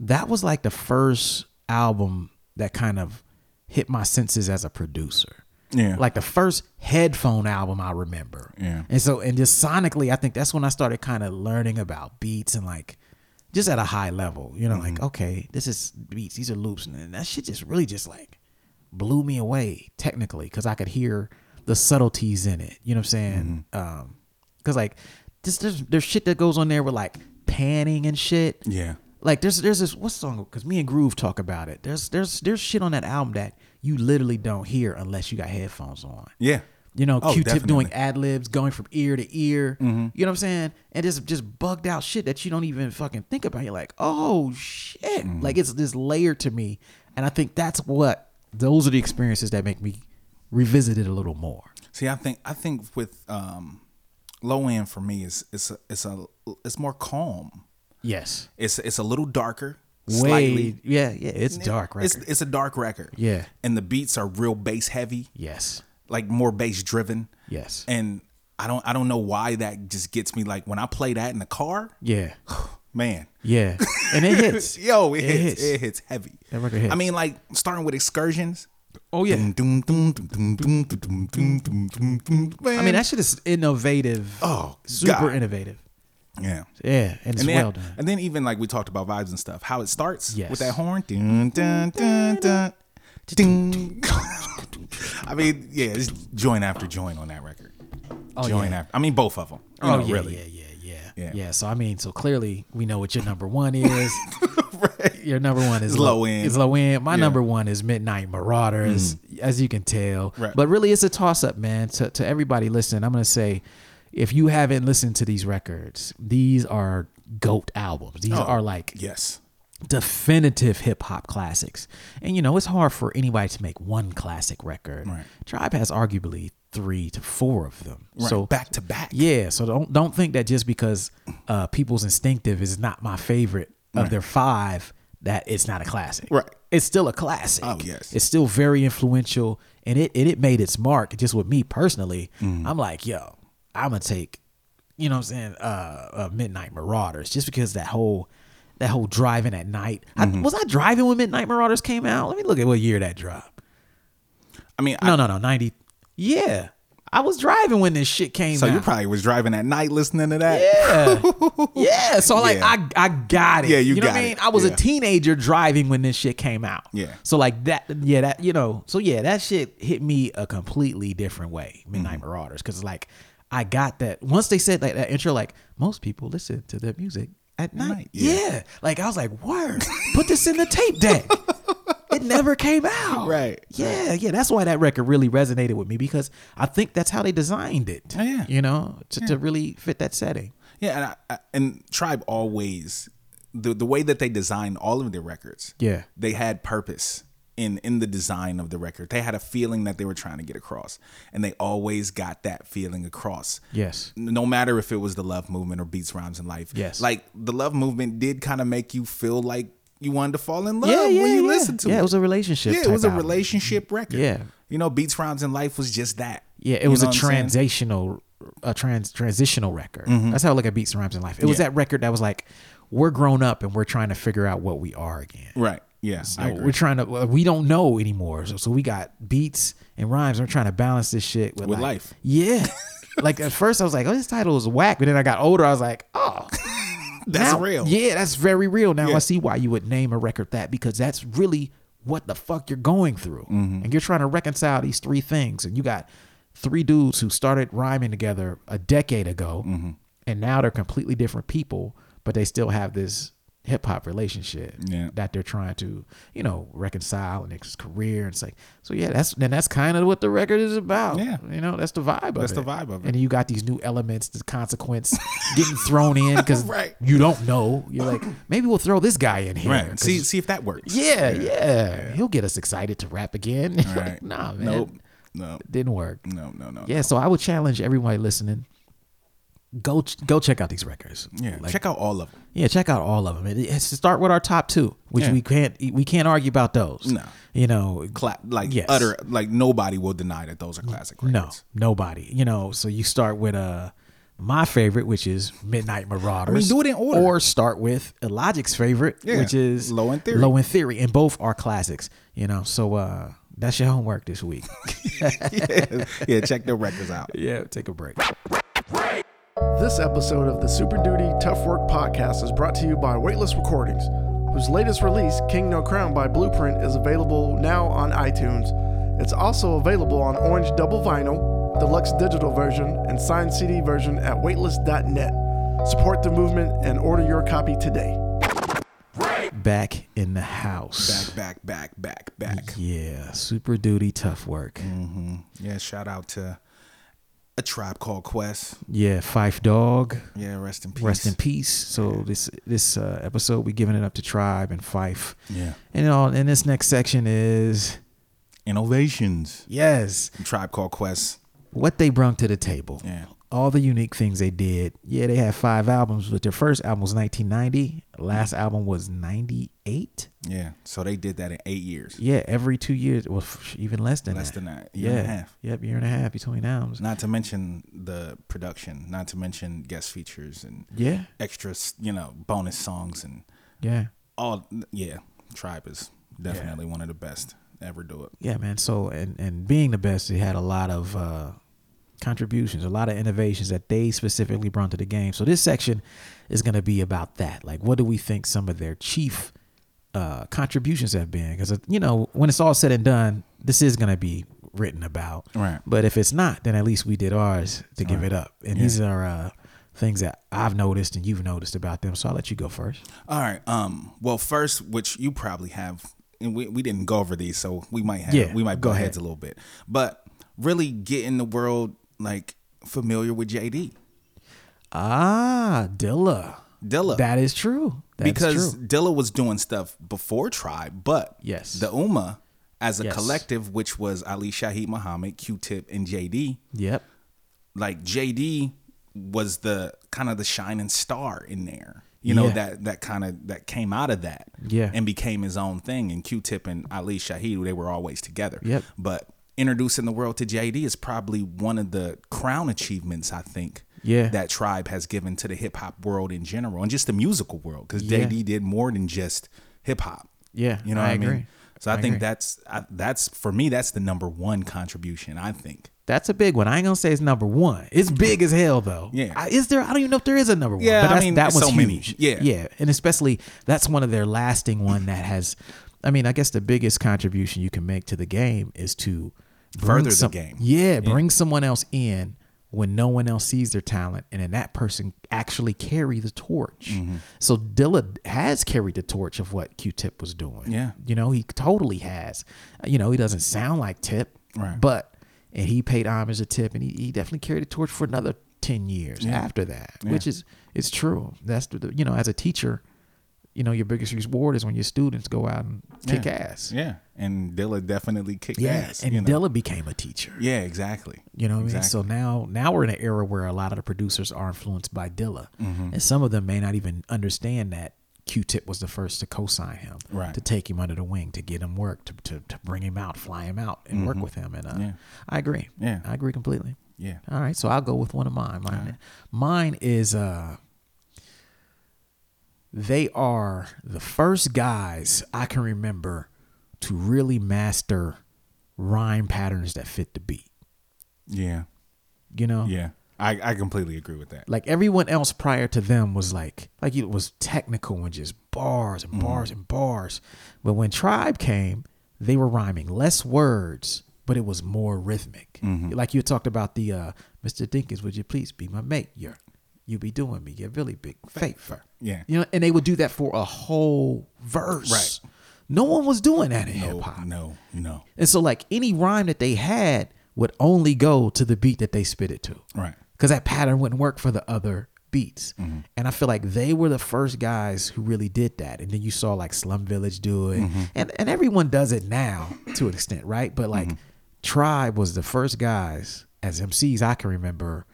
that was like the first album that kind of hit my senses as a producer.
Yeah.
Like the first headphone album I remember.
Yeah.
And so, and just sonically, I think that's when I started kind of learning about beats and like just at a high level, you know, like, okay, this is beats, these are loops. And that shit just really just like blew me away technically because I could hear the subtleties in it. You know what I'm saying?
Mm-hmm.
Um, Cause like this, there's, there's shit that goes on there with like panning and shit.
Yeah.
Like there's there's this what song because me and Groove talk about it. There's there's there's shit on that album that you literally don't hear unless you got headphones on.
Yeah.
You know,
Oh,
Q-Tip
definitely.
doing
Mm-hmm.
ad libs, going from ear to ear. You know what I'm saying? And just just bugged out shit that you don't even fucking think about. You're like, oh shit!
Mm-hmm.
Like it's this layer to me, and I think that's what those are the experiences that make me revisit it a little more.
See, I think I think with um, low end for me is it's a, it's a it's more calm.
Yes,
It's it's a little darker,
way
slightly.
yeah yeah. It's dark record.
It's it's a dark record.
Yeah.
and the beats are real bass heavy,
yes,
like more bass driven.
yes,
and I don't I don't know why that just gets me like when I play that in the car,
yeah,
man.
yeah. And it hits.
Yo, it, hits, It hits heavy.
That record hits.
I mean, like starting with excursions.
Oh yeah.
Dum, dum, dum, dum, dum, dum, dum, dum, dum, dum,
I
man.
mean, that shit is innovative.
Oh,
super
God.
innovative.
yeah.
Yeah, and it's
and then,
well done.
and then even like we talked about vibes and stuff, how it starts
Yes.
with that horn. Dun, dun, dun, dun, dun. I mean, yeah, it's joint after joint on that record.
Oh,
joint
yeah.
after. I mean, both of them.
Oh yeah,
really.
yeah, yeah, yeah, yeah,
Yeah.
So I mean, so clearly we know what your number one is. Your number one is
It's low end.
It's low end. My
Yeah. Mm.
number one is Midnight Marauders, as you can tell.
Right.
But really, it's a toss up, man. To to everybody listening, I'm gonna say, if you haven't listened to these records, these are goat albums. These
Oh.
are like
Yes.
definitive hip hop classics. And you know, it's hard for anybody to make one classic record.
Right.
Tribe has arguably three to four of them.
Right.
So
back to back.
yeah, so don't don't think that just because uh, people's instinctive is not my favorite of their five that it's not a classic.
Right.
It's still a classic.
Oh, yes.
It's still very influential and it and it made its mark just with me personally.
Mm.
I'm like, yo, I'm gonna take you know what I'm saying, uh, uh Midnight Marauders just because that whole that whole driving at night.
Mm-hmm.
I, was I driving when Midnight Marauders came out? Let me look at what year that dropped.
I mean, I,
No, no, no, 90. Yeah. I was driving when this shit came
so
out.
you probably was driving at night listening to that.
Yeah. yeah. So like
Yeah.
I I got it.
Yeah, you
know what
got
I mean?
it.
I was
Yeah.
a teenager driving when this shit came out.
Yeah.
So like that yeah, that you know, so yeah, that shit hit me a completely different way, Midnight
Mm-hmm.
Marauders. Cause like I got that once they said like that intro, like most people listen to their music at night.
night,
Yeah.
yeah.
Like I was like, word, put this in the tape deck. It never came out.
Right,
Yeah, yeah. That's why that record really resonated with me because I think that's how they designed it.
Oh, yeah.
You know, to, to really fit that setting.
Yeah, and, I, I, and Tribe always the the way that they designed all of their records.
Yeah.
they had purpose in in the design of the record. They had a feeling that they were trying to get across, and they always got that feeling across.
Yes.
no matter if it was the love movement or beats, rhymes, and life.
Yes.
like the love movement did kind of make you feel like you wanted to fall in love
yeah, yeah,
when you
yeah.
listened to it.
Yeah, it was a relationship
Yeah, it
type
was a
album.
relationship record.
Yeah.
you know, beats, rhymes, and life was just that.
Yeah, it
You
was
know
a
what I'm saying? Mm-hmm.
transitional, a trans transitional record. That's how I look at beats and rhymes in life. It was
Yeah.
that record that was like, we're grown up and we're trying to figure out what we are again.
Right. Yeah, I agree.
We're trying to. We don't know anymore. So, so we got beats and rhymes. We're trying to balance this shit with,
With
like-
life.
Yeah. like at first, I was like, "Oh, this title is whack," but then I got older. I was like, "Oh,
That's
now-
real.
Yeah, that's very real. Now
Yeah.
I see why you would name a record that because that's really what the fuck you're going through,
Mm-hmm.
and you're trying to reconcile these three things, and you got three dudes who started rhyming together a decade ago,
Mm-hmm.
and now they're completely different people, but they still have this hip hop relationship
Yeah.
that they're trying to, you know, reconcile in his career. And it's like, so yeah, that's then that's kind of what the record is about.
Yeah.
You know, that's the vibe
That's
of
the
it.
vibe of it.
And you got these new elements, the consequence getting thrown in because
Right.
you don't know. You're like, maybe we'll throw this guy in here.
Right.
'cause-
See, see if that works.
yeah, yeah, He'll get us excited to rap again. Like,
Right.
nah, man.
Nope. No.
Didn't work.
No. No. No.
Yeah, so I would challenge everybody listening. Go ch- go check out these records.
Yeah.
Like,
Check out all of them.
yeah, check out all of them. It, it's to start with our top two, which
Yeah.
we can't we can't argue about those.
No.
you know,
Cla- like
Yes.
utter. Like nobody will deny that those are classic
no,
records.
nobody. You know, so you start with uh my favorite, which is Midnight Marauders.
I mean, do it in order.
or start with Illogic's favorite,
Yeah,
which is
Low in Theory.
Low in Theory, and both are classics. You know, so uh that's your homework this week.
yeah. yeah. Check their records out.
yeah, take a break.
This episode of the Super Duty Tough Work podcast is brought to you by Weightless Recordings, whose latest release, King No Crown by Blueprint, is available now on iTunes. It's also available on Orange Double Vinyl, Deluxe Digital version, and signed CD version at weightless.net. Support the movement and order your copy today.
Back in the house.
Back. Back. Back. Back. Back. Mm-hmm.
Yeah, super duty, tough work.
Yeah. Shout out to a tribe called Quest.
Yeah, Fife Dog.
Yeah. Rest in peace.
Rest in peace. So this this uh, episode, we giving it up to Tribe and Fife.
Yeah.
And all. And this next section is
Innovations.
yes,
Tribe called Quest.
what they brung to the table.
Yeah.
All the unique things they did. Yeah, they had five albums, but their first album was 1990. Last album was 98.
Yeah. So they did that in eight years.
Yeah, every two years, well, f- even less than
Less
that.
than that.
yeah,
Year and a half.
Yep, year and a half between albums.
Not to mention the production. Not to mention guest features and
Yeah,
extra, s- you know, bonus songs and
yeah.
all yeah tribe is definitely one of the best to ever do it
Yeah, man. So and and being the best, it had a lot of uh, contributions, a lot of innovations that they specifically brought to the game. So this section is going to be about that. Like, what do we think some of their chief uh, contributions have been? Because you know, when it's all said and done, this is going to be written about.
Right.
But if it's not, then at least we did ours to give it up. And these are uh, things that I've noticed and you've noticed about them. So I'll let you go first.
all right um well first which you probably have and we, we didn't go over these so we might have
Yeah,
we might go
go ahead.
heads a little bit but really getting the world like familiar with jd
Ah, Dilla.
dilla
That is true. That's
because
true.
dilla was doing stuff before tribe but
Yes.
the uma as a
Yes.
collective which was ali shaheed muhammad q-tip and jd
Yep.
like jd was the kind of the shining star in there you know
Yeah.
that that kind of that came out of that
Yeah.
and became his own thing and q-tip and ali shaheed they were always together
Yep.
but introducing the world to jd is probably one of the crown achievements i think
Yeah.
that tribe has given to the hip-hop world in general and just the musical world because
Yeah.
jd did more than just hip-hop
Yeah,
you know
I
what i
agree.
mean so i,
I
think
agree.
that's I, that's for me that's the number one contribution i think
That's a big one. I ain't gonna say it's number one. It's big as hell though.
Yeah.
I, is there? I don't even know if there is a number one.
Yeah, I
But that's,
mean,
that
it's
one's
so
huge.
many. Yeah.
Yeah. And especially that's one of their lasting one that has. I mean, I guess the biggest contribution you can make to the game is to bring
Further the
some-
game.
Yeah, bring someone else in when no one else sees their talent, and then that person actually carry the torch.
Mm-hmm.
So Dilla has carried the torch of what Q-Tip was doing.
Yeah.
You know, he totally has. You know, he doesn't sound like Tip,
Right.
but and he paid homage to Tip, and he, he definitely carried the torch for another ten years after that, which is it's true. That's the you know, as a teacher, you know, your biggest reward is when your students go out and kick
Yeah.
ass.
yeah and dilla definitely kicked
Yeah,
ass
and
you know?
Dilla became a teacher.
yeah exactly
You know what
exactly.
I mean? So now now we're in an era where a lot of the producers are influenced by Dilla.
Mm-hmm.
And some of them may not even understand that Q Tip was the first to co sign him.
Right.
To take him under the wing, to get him work, to to, to bring him out, fly him out and work with him. And uh,
Mm-hmm. Yeah.
I agree.
Yeah.
I agree completely.
Yeah.
All right. So I'll go with one of mine. Mine, mine is uh they are the first guys I can remember to really master rhyme patterns that fit the beat.
yeah
You know?
yeah I, I completely agree with that
like everyone else prior to them was like like it was technical and just bars
Mm.
and bars and bars but when tribe came they were rhyming less words but it was more rhythmic
Mm-hmm.
like you talked about the uh mr dinkins would you please be my mate you're you be doing me a really big favor
Yeah.
you know and they would do that for a whole verse
Right.
no one was doing that in
no
hip-hop
no no
and so like any rhyme that they had would only go to the beat that they spit it to.
Right.
Because that pattern wouldn't work for the other beats. And I feel like they were the first guys who really did that. And then you saw like Slum Village do it. And and everyone does it now to an extent, right? But like Tribe was the first guys as MCs I can remember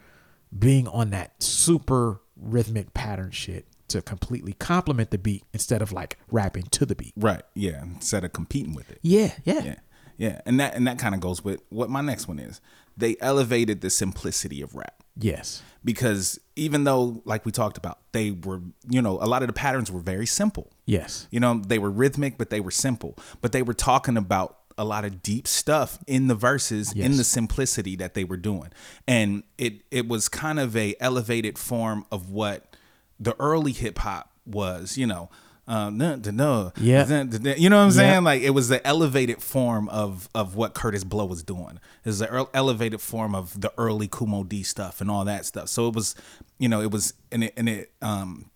being on that super rhythmic pattern shit to completely complement the beat instead of like rapping to the beat.
right yeah instead of competing with it
Yeah, yeah.
yeah yeah and that and that kind of goes with what my next one is they elevated the simplicity of rap
Yes.
because even though like we talked about they were you know a lot of the patterns were very simple
Yes.
You know, they were rhythmic, but they were simple. But they were talking about a lot of deep stuff in the verses, in
Yes.
the simplicity that they were doing, and it it was kind of a elevated form of what the early hip hop was. You know. Um, no, no, no.
Yeah.
you know what I'm saying?
Yeah.
Like it was the elevated form of of what Curtis Blow was doing. It was the earl- elevated form of the early Kumo D stuff and all that stuff. So it was, you know, it was and it and it um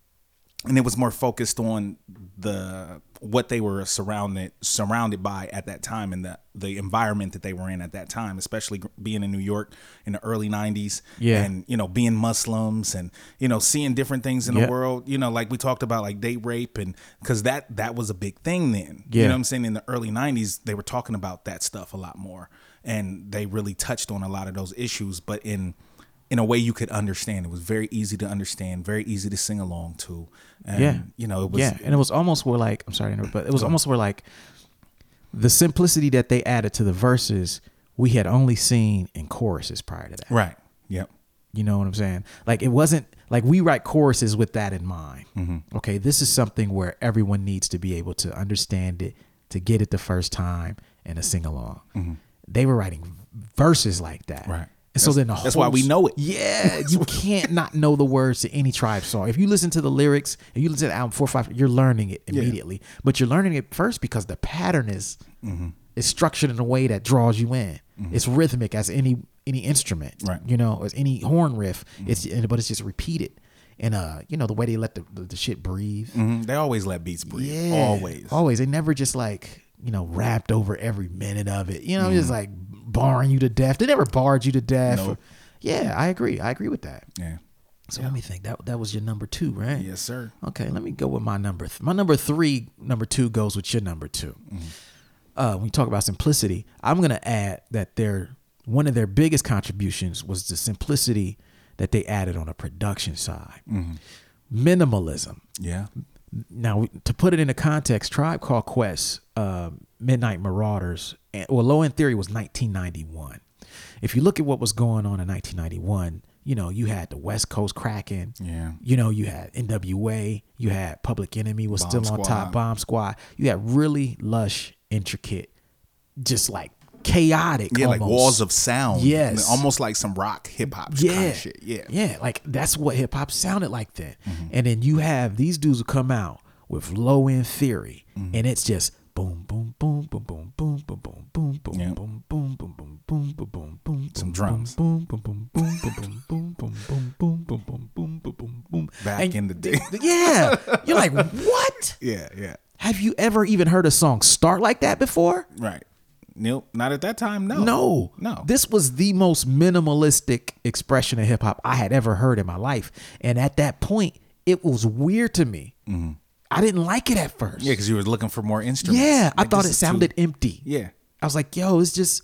and it was more focused on the what they were surrounded surrounded by at that time and the the environment that they were in at that time especially gr- being in New York in the early 90s
Yeah.
and you know being Muslims and you know seeing different things in
Yeah.
the world you know like we talked about like date rape and cuz that that was a big thing then
Yeah.
you know what I'm saying in the early 90s they were talking about that stuff a lot more and they really touched on a lot of those issues but in in a way you could understand it was very easy to understand very easy to sing along to and
yeah.
you know it was
yeah, and it was almost where like I'm sorry, to interrupt, but it was almost where like the simplicity that they added to the verses we had only seen in choruses prior to that.
right yep
You know what I'm saying? Like it wasn't like we write choruses with that in mind.
Mm-hmm.
Okay, this is something where everyone needs to be able to understand it, to get it the first time, and to sing along. They were writing verses like that.
Mm-hmm. Right.
And so then the
that's why
whole-
we know it.
Yeah, you can't not know the words to any tribe song. If you listen to the lyrics and you listen to the album four or five, you're learning it immediately. But you're learning it first because the pattern is
Mm-hmm.
is structured in a way that draws you in. It's rhythmic as any any instrument,
Right. Mm-hmm.
You know, as any horn riff. It's and- but it's just repeated, and uh, you know the way they let the the, the shit breathe.
Mhm. they always let beats breathe
Yeah,
always
always. They never just like you know rapped over every minute of it. You know, just like barring you to death. They never barred you to death.
Mm-hmm. Nope.
Yeah, I agree. I agree with that.
yeah
So let me think. That that was your number two, right?
yes sir
Okay, let me go with my number. Th- my number three, number two goes with your number 2 Uh, when you talk about simplicity, I'm gonna add that their one of their biggest contributions was the simplicity that they added on the production side. minimalism.
Yeah.
Now, to put it into context, Tribe Called Quest, uh, Midnight Marauders, and, well, Low End Theory was 1991. If you look at what was going on in 1991, you know, you had the West Coast Kraken.
Yeah.
You know, you had NWA. You had Public Enemy was still on
Squad.
top. Bomb Squad. You had really lush, intricate, just like chaotic.
Yeah, like
almost.
walls of sound.
Yes.
Almost like some rock hip hop
yeah.
kind of shit. Yeah. Mm-hmm.
Yeah. Like that's what hip hop sounded like then. And then you have these dudes who come out with low end theory
Mm-hmm.
and it's just boom, boom, boom, boom, boom, boom, boom, boom, boom, boom,
Yeah.
boom, boom, boom, boom, boom, boom, boom, boom,
Some
boom,
drums.
Boom, boom, boom, boom, boom, boom, boom, boom, boom, boom, boom, boom, boom, boom, boom, boom.
Back
And
in the day.
th- Yeah. You're like, what?
Yeah. Yeah.
Have you ever even heard a song start like that before?
Right. Nope. Not at that time. No.
No,
No.
This was the most minimalistic expression of hip hop I had ever heard in my life, and at that point, it was weird to me. I didn't like it at first.
Mm-hmm. Yeah, because you were looking for more instruments.
Yeah, I
Like,
thought
this
it
is too-
sounded empty.
Yeah.
I was like, yo, it's just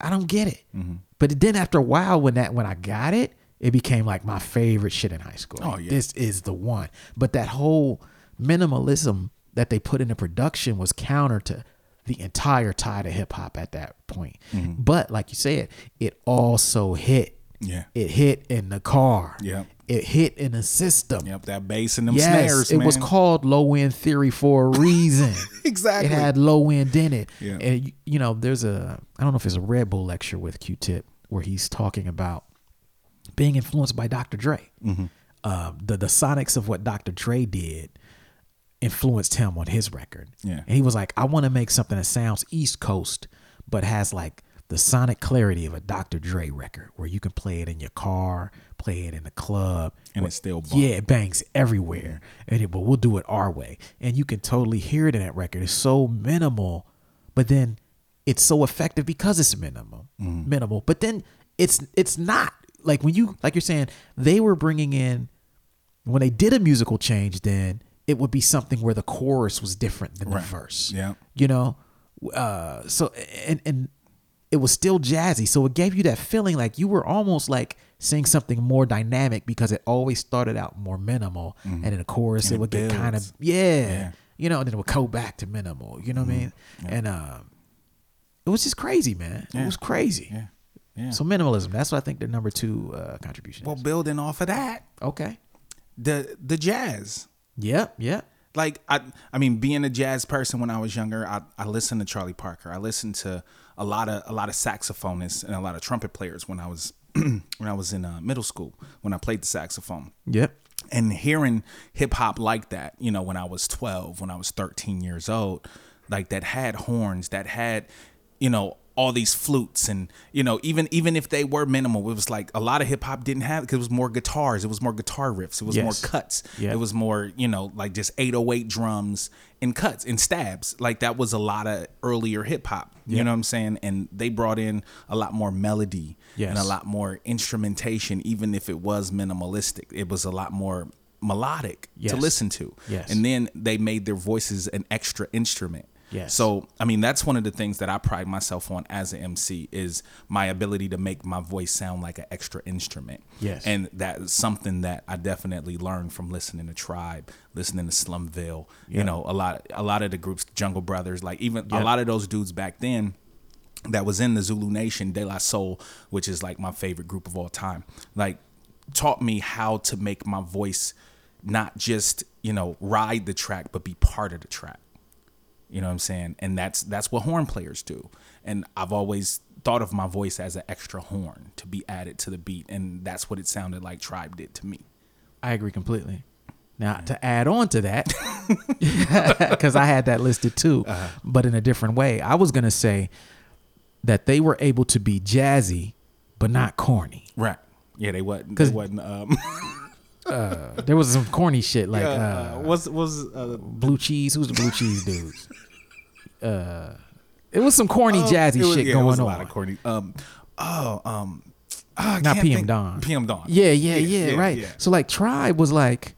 I don't get it.
Mm-hmm.
But then after a while, when that when I got it, it became like my favorite shit in high school.
Oh,
Like,
yeah.
This is the one. But that whole minimalism that they put into production was counter to the entire tide of hip hop at that point.
Mm-hmm.
But like you said, it also hit.
Yeah.
It hit in the car.
Yep.
It hit in the system.
Yep. That bass and them
Yes,
snares.
it was
man.
called low end theory for a reason.
Exactly.
It had low end in it.
Yeah.
And you- you know, there's a I don't know if it's a Red Bull lecture with Q-Tip where he's talking about being influenced by Dr. Dre.
Mm-hmm.
Uh, the the sonics of what Dr. Dre did influenced him on his record.
Yeah.
And he was like, I want to make something that sounds East Coast, but has like the sonic clarity of a Dr. Dre record, where you can play it in your car, play it in the club,
And
where-
it's still bomb.
yeah, it bangs everywhere. And it, but we'll do it our way, and you can totally hear it in that record. It's so minimal, but then it's so effective because it's minimal, minimal. But then it's it's not like when you like you're saying they were bringing in when they did a musical change, then it would be something where the chorus was different than
Right.
the verse.
Yeah.
You know? Uh so and and it was still jazzy. So it gave you that feeling like you were almost like seeing something more dynamic because it always started out more minimal and in the chorus
Mm-hmm.
it,
it
would get kind
builds.
of yeah, You know, and then it would go back to minimal. You know what I mean? And um it was just crazy, man. It was crazy.
Mm-hmm. Yeah. Yeah.
So minimalism, that's what I think their number two uh contribution
well,
is.
building off of that,
Okay.
the the jazz.
Yep, yep.
like I I mean being a jazz person when I was younger I, I listened to Charlie Parker I listened to a lot of a lot of saxophonists and a lot of trumpet players when I was when I was in uh, middle school when I played the saxophone
Yep.
and hearing hip hop like that, you know, when I was 12, when I was 13 years old, like that had horns, that had, you know, all these flutes and you know even even if they were minimal it was like a lot of hip hop didn't have because it was more guitars it was more guitar riffs it was
Yes.
more cuts
Yeah.
it was more you know like just 808 drums and cuts and stabs like that was a lot of earlier hip hop you know what i'm saying and they brought in a lot more melody and a
Yes.
lot lot more instrumentation, even if it was minimalistic. It was a lot more melodic
Yes.
to listen to.
Yes.
And then they made their voices an extra instrument.
Yes.
So I mean that's one of the things that I pride myself on as an MC is my ability to make my voice sound like an extra instrument.
Yes.
And that is something that I definitely learned from listening to Tribe, listening to Slumville, you know, a lot a lot of the groups, Jungle Brothers, like even a
Yeah.
lot of those dudes back then, that was in the Zulu Nation, De La Soul, which is like my favorite group of all time, like taught me how to make my voice not just, you know, ride the track, but be part of the track. You know what I'm saying? And that's that's what horn players do. And I've always thought of my voice as an extra horn to be added to the beat. And that's what it sounded like Tribe did to me.
I agree completely. Now, to add on to that, because I had that listed too,
Uh-huh.
but in a different way, I was going to say that they were able to be jazzy, but not corny.
Right. Yeah, they wasn't they
'Cause-
wasn't um
There was some corny shit like
uh,
uh,
was was uh,
Blue Cheese. Who's the Blue Cheese dudes? uh, it was some corny jazzy
Oh, it was-
shit
yeah,
going
it was
on.
a lot of corny. Um, oh, um, ah, I
not
can't
PM
think-
Don.
PM Don.
Yeah, yeah, yeah, right. So like Tribe was like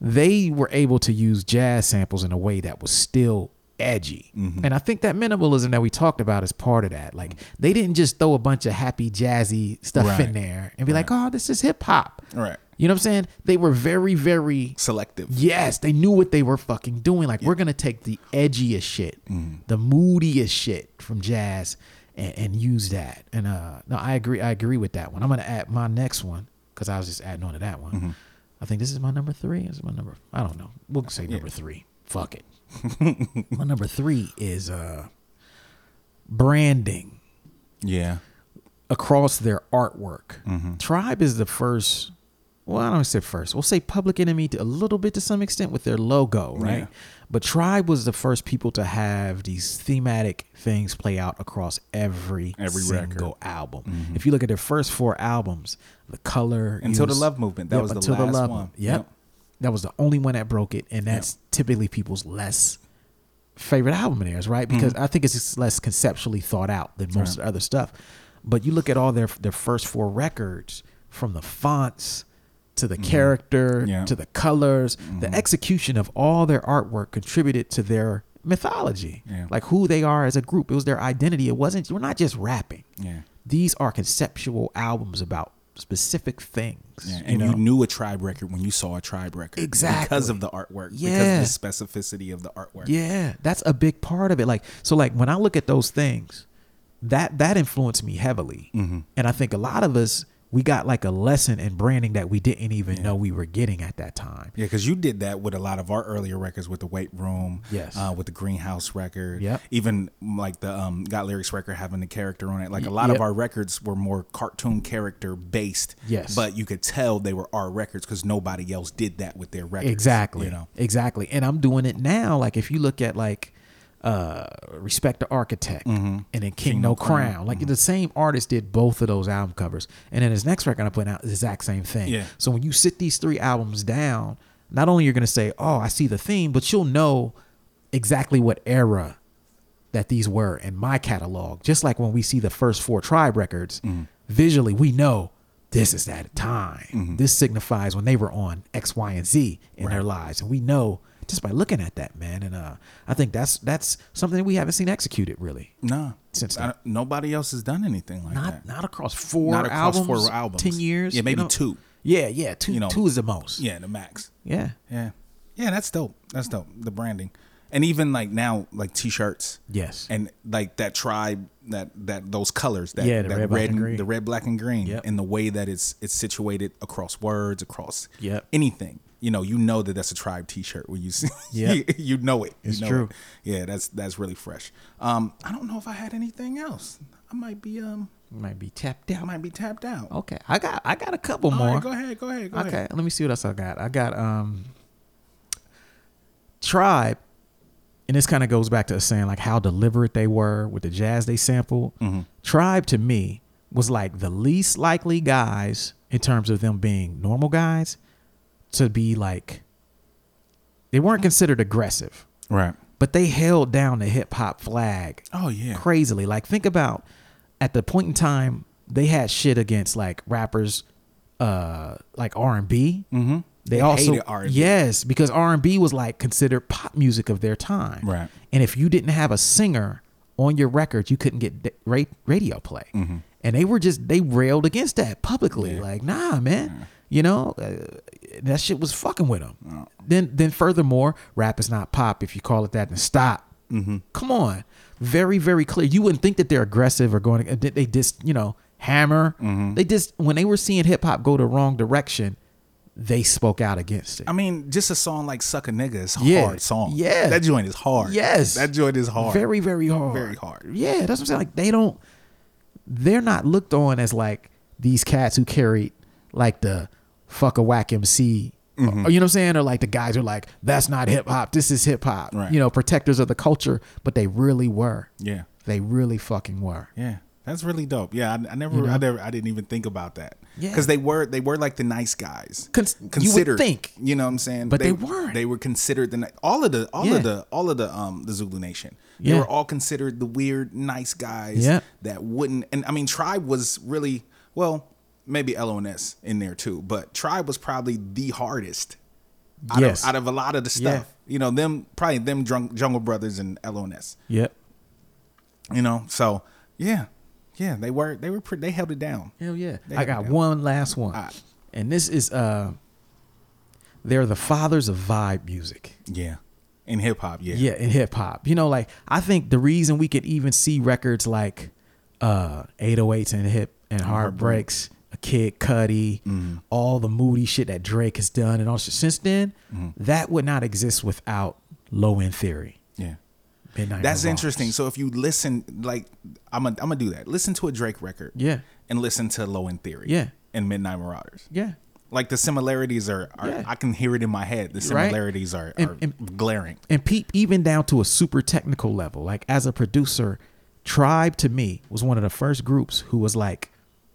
they were able to use jazz samples in a way that was still edgy. And I think that minimalism that we talked about is part of that. Like they didn't just throw a bunch of happy jazzy stuff
Right.
in there and be like, "Oh, this is hip hop."
Right.
You know what I'm saying? They were very, very
Selective.
Yes, they knew what they were fucking doing. Like we're gonna take the edgiest shit, the moodiest shit from jazz, and, and use that. And uh, no, I agree. I agree with that one. I'm gonna add my next one because I was just adding on to that one. I think this is my number three. This is my number. I don't know. We'll say number three. Fuck it. my number three is uh, branding
Yeah.
across their artwork.
Mm-hmm.
Tribe is the first. Well, I don't say first. We'll say Public Enemy to a little bit to some extent with their logo, right?
Yeah.
But Tribe was the first people to have these thematic things play out across every
Every record. Mm-hmm.
single album. If you look at their first four albums, the color
Until the
Use-
Love Movement, that was the last one.
Yep.
Yep.
that was the only one that broke it, and that's typically people's less favorite album of theirs, right? Because
Mm-hmm.
I think it's just less conceptually thought out than most of the other stuff. But you look at all their their first four records, from the fonts to the character
Mm-hmm. Yeah. Mm-hmm.
to the colors, the execution of all their artwork contributed to their mythology,
Yeah.
like who they are as a group. It was their identity. It wasn't. We're not just rapping.
Yeah.
These are conceptual albums about specific things.
Yeah, and you,
know?
knew a tribe record when you saw a tribe record because
Exactly.
of the artwork,
Yeah.
because of the specificity of the artwork.
Yeah, that's a big part of it. Like so, like when I look at those things, that that influenced me heavily, and I think a lot of us we got like a lesson in branding that we didn't even know we were getting at that time.
Yeah, because you did that with a lot of our earlier records, with the Weight Room,
Yes.
uh, with the Greenhouse record,
Yep.
even like the um, Got Lyrics record having the character on it. Like a lot
yep.
of our records were more cartoon character based.
Yes.
but you could tell they were our records because nobody else did that with their records.
Exactly.
You know,
Exactly. And I'm doing it now. Like if you look at like uh Respect the Architect
Mm-hmm.
and then King, No Crown. Like the same artist did both of those album covers. And then his next record I'm putting out is the exact same thing.
Yeah.
So when you sit these three albums down, not only you're gonna say, Oh, I see the theme, but you'll know exactly what era that these were in my catalog. Just like when we see the first four tribe records, visually we know this is that time. This signifies when they were on X, Y, and Z in their lives, and we know just by looking at that, man. And uh, I think that's that's something we haven't seen executed really.
nah,
Since
I don't- nobody else has done anything like
Not
that.
not across four
Not across
albums,
four albums.
ten years,
Yeah,
you
maybe
know?
two.
Yeah, yeah, two
You know.
two is the most.
yeah, the max.
yeah,
Yeah. Yeah, that's dope. That's dope. The branding. And even like now, like t shirts.
Yes.
And like that tribe that that those colors that,
Yeah, the
that
red,
red,
black, and
and-
green.
the red, black and green.
Yep.
And the way that it's it's situated across words, across
Yep.
anything. You know, you know that that's a tribe t shirt when you see
Yep.
you, you know it. You
It's
know
true.
it. Yeah, that's that's really fresh. Um, I don't know if I had anything else. I might be um
might be tapped out.
I might be tapped out.
Okay, I got I got a couple
All
more.
right, go ahead, go ahead, go
okay,
ahead.
let me see what else I got. I got um Tribe, and this kind of goes back to us saying like how deliberate they were with the jazz they sampled.
Mm-hmm.
Tribe to me was like the least likely guys in terms of them being normal guys to be like they weren't considered aggressive,
Right.
but they held down the hip hop flag
Oh yeah.
crazily. Like think about at the point in time they had shit against like rappers, uh, like R and B. They, also
Mm-hmm. hated R&B.
yes, because R and B was like considered pop music of their time.
Right.
And if you didn't have a singer on your record, you couldn't get da- ra- radio play. And they were just they railed against that publicly. Like nah, man. You know, uh, that shit was fucking with them. Then, then furthermore, rap is not pop if you call it that. Then stop. Come on, very very clear. You wouldn't think that they're aggressive or going. uh, They they just you know hammer. They just when they were seeing hip hop go the wrong direction, they spoke out against it.
I mean, just a song like "Suck a Nigga" is a
Yeah.
hard song.
Yeah.
that joint is hard.
Yes.
that joint is hard.
Very very hard.
Very hard.
Yeah, that's what I'm saying. Like they don't. They're not looked on as like these cats who carried like the fuck a whack MC.
Mm-hmm.
Or, you know what I'm saying? Or like the guys who are like, that's not hip hop. This is hip hop.
Right.
You know, protectors of the culture, but they really were.
Yeah,
They really fucking were.
yeah, that's really dope. Yeah, I, I never, I never, I didn't even think about that.
Yeah.
because they were, they were like the nice guys.
Cons- you would think.
you know what I'm saying?
But they weren't.
They were considered the ni- all of the, all
Yeah.
of the, all of the, um, the Zulu Nation.
Yeah.
They were all considered the weird, nice guys.
Yeah.
that wouldn't. And I mean, Tribe was really well, maybe LONS in there too, but Tribe was probably the hardest. Out
Yes.
Of, out of a lot of the
Yeah.
stuff, you know, them probably them drunk Jungle Brothers and LONS.
Yep.
you know so yeah yeah they were they were pretty they held it down
Hell yeah.
They
I
held it
got
down.
one last one.
All right.
and this is uh, they're the fathers of vibe music.
Yeah. In hip hop, yeah.
Yeah, in hip hop. You know, like I think the reason we could even see records like uh 808s and hip and heartbreaks, a kid Cudi, all the moody shit that Drake has done and all shit since then, that would not exist without low end theory.
Yeah.
Midnight
That's
Revolver.
interesting. So if you listen, like, I'm gonna I'm gonna do that. Listen to a Drake record,
Yeah.
and listen to Low in Theory,
Yeah.
and Midnight Marauders.
Yeah.
Like the similarities are, are
Yeah.
I can hear it in my head. The
Right.
similarities are,
And-
are
and-
glaring.
And peep even down to a super technical level. Like as a producer, Tribe to me was one of the first groups who was like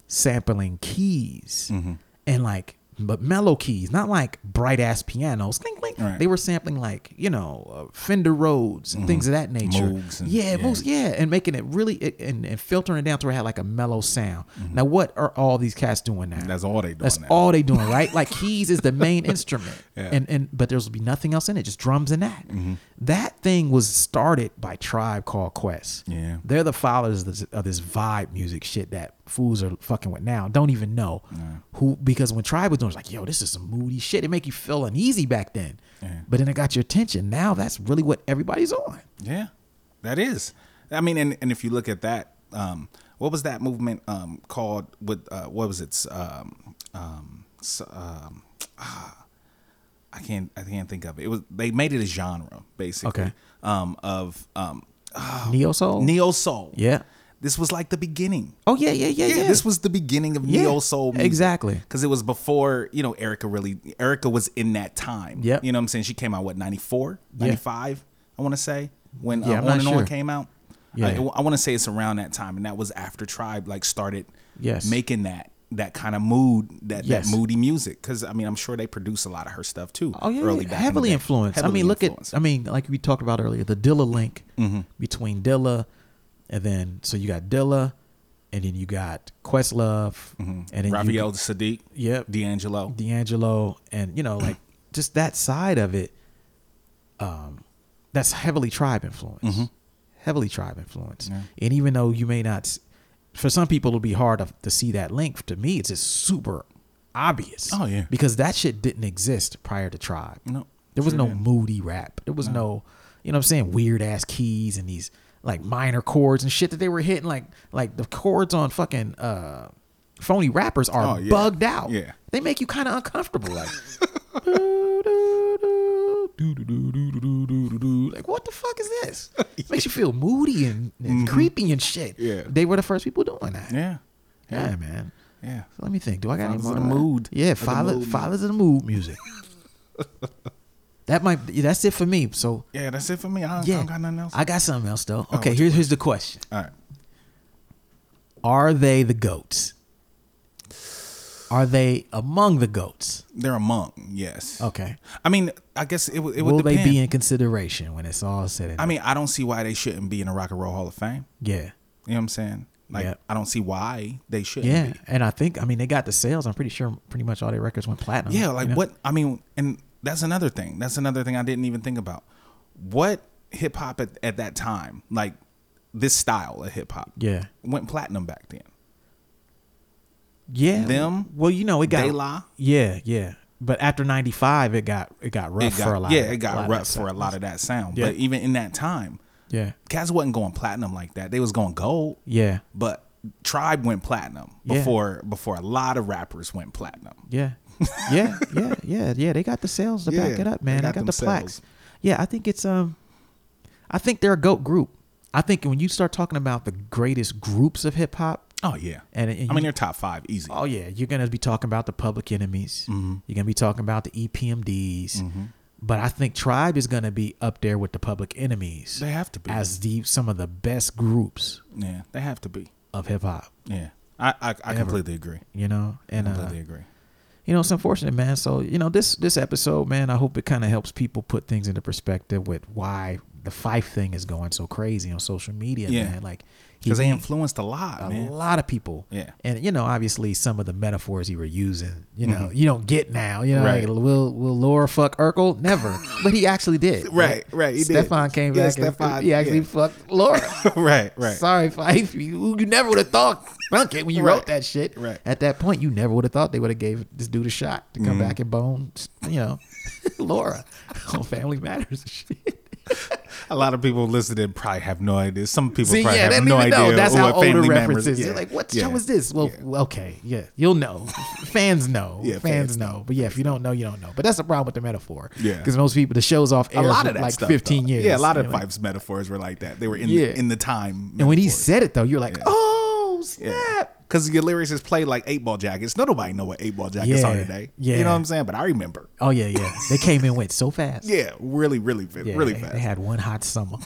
sampling keys
Mm-hmm.
and like but mellow keys, not like bright ass pianos. Clink, clink.
Right.
They were sampling like you know uh, Fender Rhodes and things of that nature.
Mm-hmm. Moogs and-
yeah,
yeah.
Moogs, yeah, and making it really it, and, and filtering it down to where it had like a mellow sound. Now, what are all these cats doing now?
Mm-hmm. That's all they doing
That's
now.
all they doing, right? Like keys is the main instrument,
Yeah.
and and but there'll be nothing else in it, just drums and that.
Mm-hmm.
That thing was started by Tribe Called Quest.
Yeah.
they're the fathers of this, of this vibe music shit that fools are fucking with now. Don't even know who because when Tribe was doing, it, it's like, yo, this is some moody shit. It make you feel uneasy back then, but then it got your attention. Now that's really what everybody's on.
Yeah, that is. I mean, and, and if you look at that, um, what was that movement um, called? With uh, what was its um, um, s- um, I can't I can't think of it. It was they made it a genre basically.
Okay.
Um, of um,
Neo soul.
neo soul.
Yeah.
This was like the beginning.
Oh yeah, yeah, yeah, yeah.
Yeah, this was the beginning of
Yeah,
neo soul music.
exactly.
Because it was before, you know, Erica really, Erica was in that time.
Yep.
You know what I'm saying? She came out, what, 94,
Yeah.
95, I want to say, when
Yeah,
uh,
I'm
On
not
and
sure.
On came out.
Yeah.
I, I want to say it's around that time. And that was after Tribe, like, started
Yes.
making that that kind of mood, that,
Yes.
that moody music. Because, I mean, I'm sure they produce a lot of her stuff too.
Oh yeah,
early back
yeah,
in the
heavily
day.
influenced. I
Heavily
mean, look
influenced. Mm-hmm.
at. I mean, like we talked about earlier, the Dilla link between Dilla, and then so you got Dilla, and then you got Questlove, and then you
Mm-hmm. Raphael Sadiq,
Yep.
D'Angelo.
D'Angelo, and you know, like just that side of it, um, that's heavily tribe influence,
Mm-hmm.
heavily tribe influence. And even though you may not, s- for some people, it'll be hard to, to see that link. To me, it's just super obvious.
Oh, yeah.
because that shit didn't exist prior to tribe.
No,
there was
sure
no
didn't.
moody rap. There was no. you know, what I'm saying weird ass keys and these like minor chords and shit that they were hitting, like like the chords on fucking. uh Phony rappers are
Oh, yeah.
bugged out.
Yeah.
They make you kind of uncomfortable. Like, like what the fuck is this? Makes you feel moody and,
Mm-hmm.
and creepy and shit.
Yeah.
They were the first people doing that.
Yeah.
Yeah, man.
Yeah.
So let me think. Do I got
Fathers of
any more?
the
on that?
mood.
Yeah,
Of the
father,
mood.
fathers of the mood music. that might. That's it for me. So
Yeah, that's it for me. I don't, I
yeah,
don't got nothing else.
I got something else though.
Oh,
Okay, here's here's the question:
All right.
Are they the goats? Are they among the goats?
They're among, yes.
Okay.
I mean, I guess it, would- it would
Will
depend.
they be in consideration when it's all said and
I
done?
mean, I don't see why they shouldn't be in the Rock and Roll Hall of Fame.
Yeah.
You know what I'm saying? Like,
Yep.
I don't see why they shouldn't
Yeah.
be.
And I think, I mean, they got the sales. I'm pretty sure pretty much all their records went platinum.
Yeah, like
you know?
what? I mean, and that's another thing. That's another thing I didn't even think about. What hip hop at, at that time, like this style of hip hop,
Yeah.
went platinum back then.
Yeah.
them,
Well, you know, it got.
De La.
Yeah. Yeah. But after 95, it got, it got rough
It got,
for a lot.
yeah, it
of, lot
got rough
of that
for a
stuff.
lot of that sound.
Yeah.
But even in that time,
Yeah.
Cats wasn't going platinum like that. They was going gold.
Yeah.
But Tribe went platinum
Yeah.
before before a lot of rappers went platinum.
Yeah. Yeah. yeah. Yeah. Yeah. They got the sales to back
Yeah,
it up,
they
man. They got,
got
the
them
plaques.
sales.
Yeah. I think it's, um, I think they're a goat group. I think when you start talking about the greatest groups of hip hop,
Oh yeah.
And- and
I
you-
mean they're top five easy.
Oh yeah, you're gonna be talking about the Public Enemies.
Mm-hmm.
You're gonna be talking about the E EPMDs. But I think Tribe is gonna be up there with the Public Enemies.
They have to be.
as the some of the best groups
yeah, they have to be.
of hip hop.
Yeah. I I, I completely agree.
You know, and uh,
Completely agree.
you know it's unfortunate, man. So you know this this episode, man. I hope it kind of helps people put things into perspective with why the Fife thing is going so crazy on social media,
Yeah.
man. Like he
because they influenced a lot,
a
man.
lot of people.
Yeah.
And you know, obviously some of the metaphors you were using, you know, you don't get now. You know,
Mm-hmm. Right.
like, will will Laura fuck Urkel? Never. but he actually did.
Right, right, he did.
Stefan came
Yeah,
back
Stefan,
and he actually
yeah.
fucked Laura.
right, right.
Sorry, Fife. You, you never would have thought fuck it when you
Right.
wrote that shit.
Right.
At that point, you never would have thought they would have gave this dude a shot to come back and bone, you know, Laura on Family Matters and shit.
A lot of people listening probably have no idea. Some people
See,
probably
yeah, they
have
don't
no
even
idea.
know. That's
what
how old the
family
reference
members.
is.
yeah,
They're like, what
yeah.
show is this? Well, well, okay, yeah, you'll know. fans know.
Yeah,
fans,
fans
know. But yeah, if you don't know, you don't know. But that's the problem with the metaphor.
Yeah.
because most people the show's off air
A lot
for
of that
like
stuff,
fifteen
though.
years.
Yeah, a lot of
And, like,
Fife's metaphors were like that. They were in
Yeah.
the, in the time.
And when he
metaphors.
said it though, you're like,
Yeah.
oh snap.
Because your lyrics is played like eight ball jackets. Nobody know what eight ball jackets are
Yeah,
today.
yeah.
You know what I'm saying? But I remember.
Oh yeah, yeah. They came and went so fast.
Yeah, really, really, fa-
Yeah,
really
they,
fast.
They had one hot summer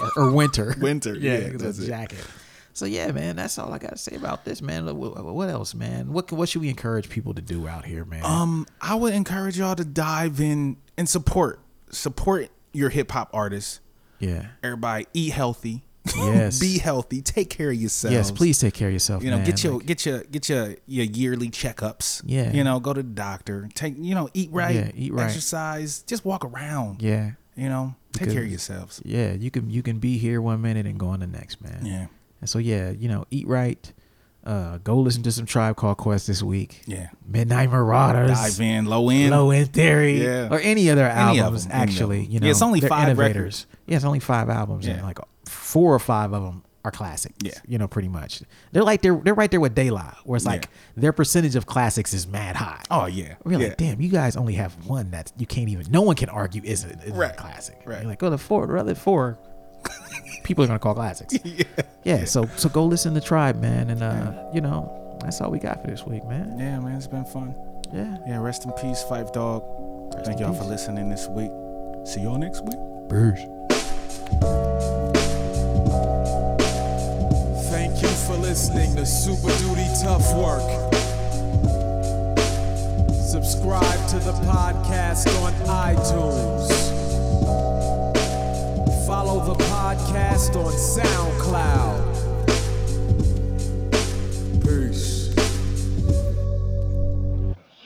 or, or winter.
Winter, yeah,
it was
that's
a
it.
jacket. So yeah, man, that's all I gotta say about this, man. Look, wh- wh- What else, man? What what should we encourage people to do out here, man?
Um, I would encourage y'all to dive in and support support your hip hop artists.
yeah.
Everybody, eat healthy.
Yes.
be healthy. Take care of yourselves.
Yes, please take care of yourself.
You know,
man.
get your
Like,
get your get your your yearly checkups.
Yeah.
You know, go to the doctor. Take you know, eat right.
Yeah, eat right.
Exercise. Just walk around.
yeah,
You know, take
Because-
care of yourselves.
yeah. You can you can be here one minute and go on the next, man.
Yeah.
And so yeah, you know, eat right. Uh, go listen to some Tribe Called Quest this week.
Yeah.
Midnight Marauders.
Dive in, low in.
Low End Theory,
Yeah.
or any other
Any of
albums.
them, any of
actually,
them.
you know,
Yeah, it's only
they're
five
innovators.
records.
Yeah, it's only five albums, and
Yeah.
like four or five of them are classics.
Yeah.
you know, pretty much. They're like they're they're right there with Daylight, where it's
Yeah.
like their percentage of classics is mad high.
Oh yeah.
We're
yeah.
like, damn, you guys only have one that you can't even. No one can argue isn't, isn't a
Right,
classic.
right.
You're like, oh, the four, the other four, people are gonna call classics. yeah. So so go listen to Tribe, man, and uh, you know, that's all we got for this week, man.
Yeah, man, it's been fun.
Yeah.
Yeah, rest in peace, Fife Dog. Thank
in
y'all for
peace.
listening this week. See y'all next week.
Thank you for listening to Super Duty Tough Work. Subscribe to the podcast on iTunes. Follow the podcast on SoundCloud. Peace.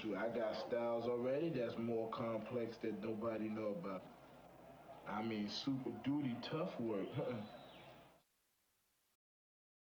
Shoot, I got styles already that's more complex that nobody know about. I mean, super duty tough work.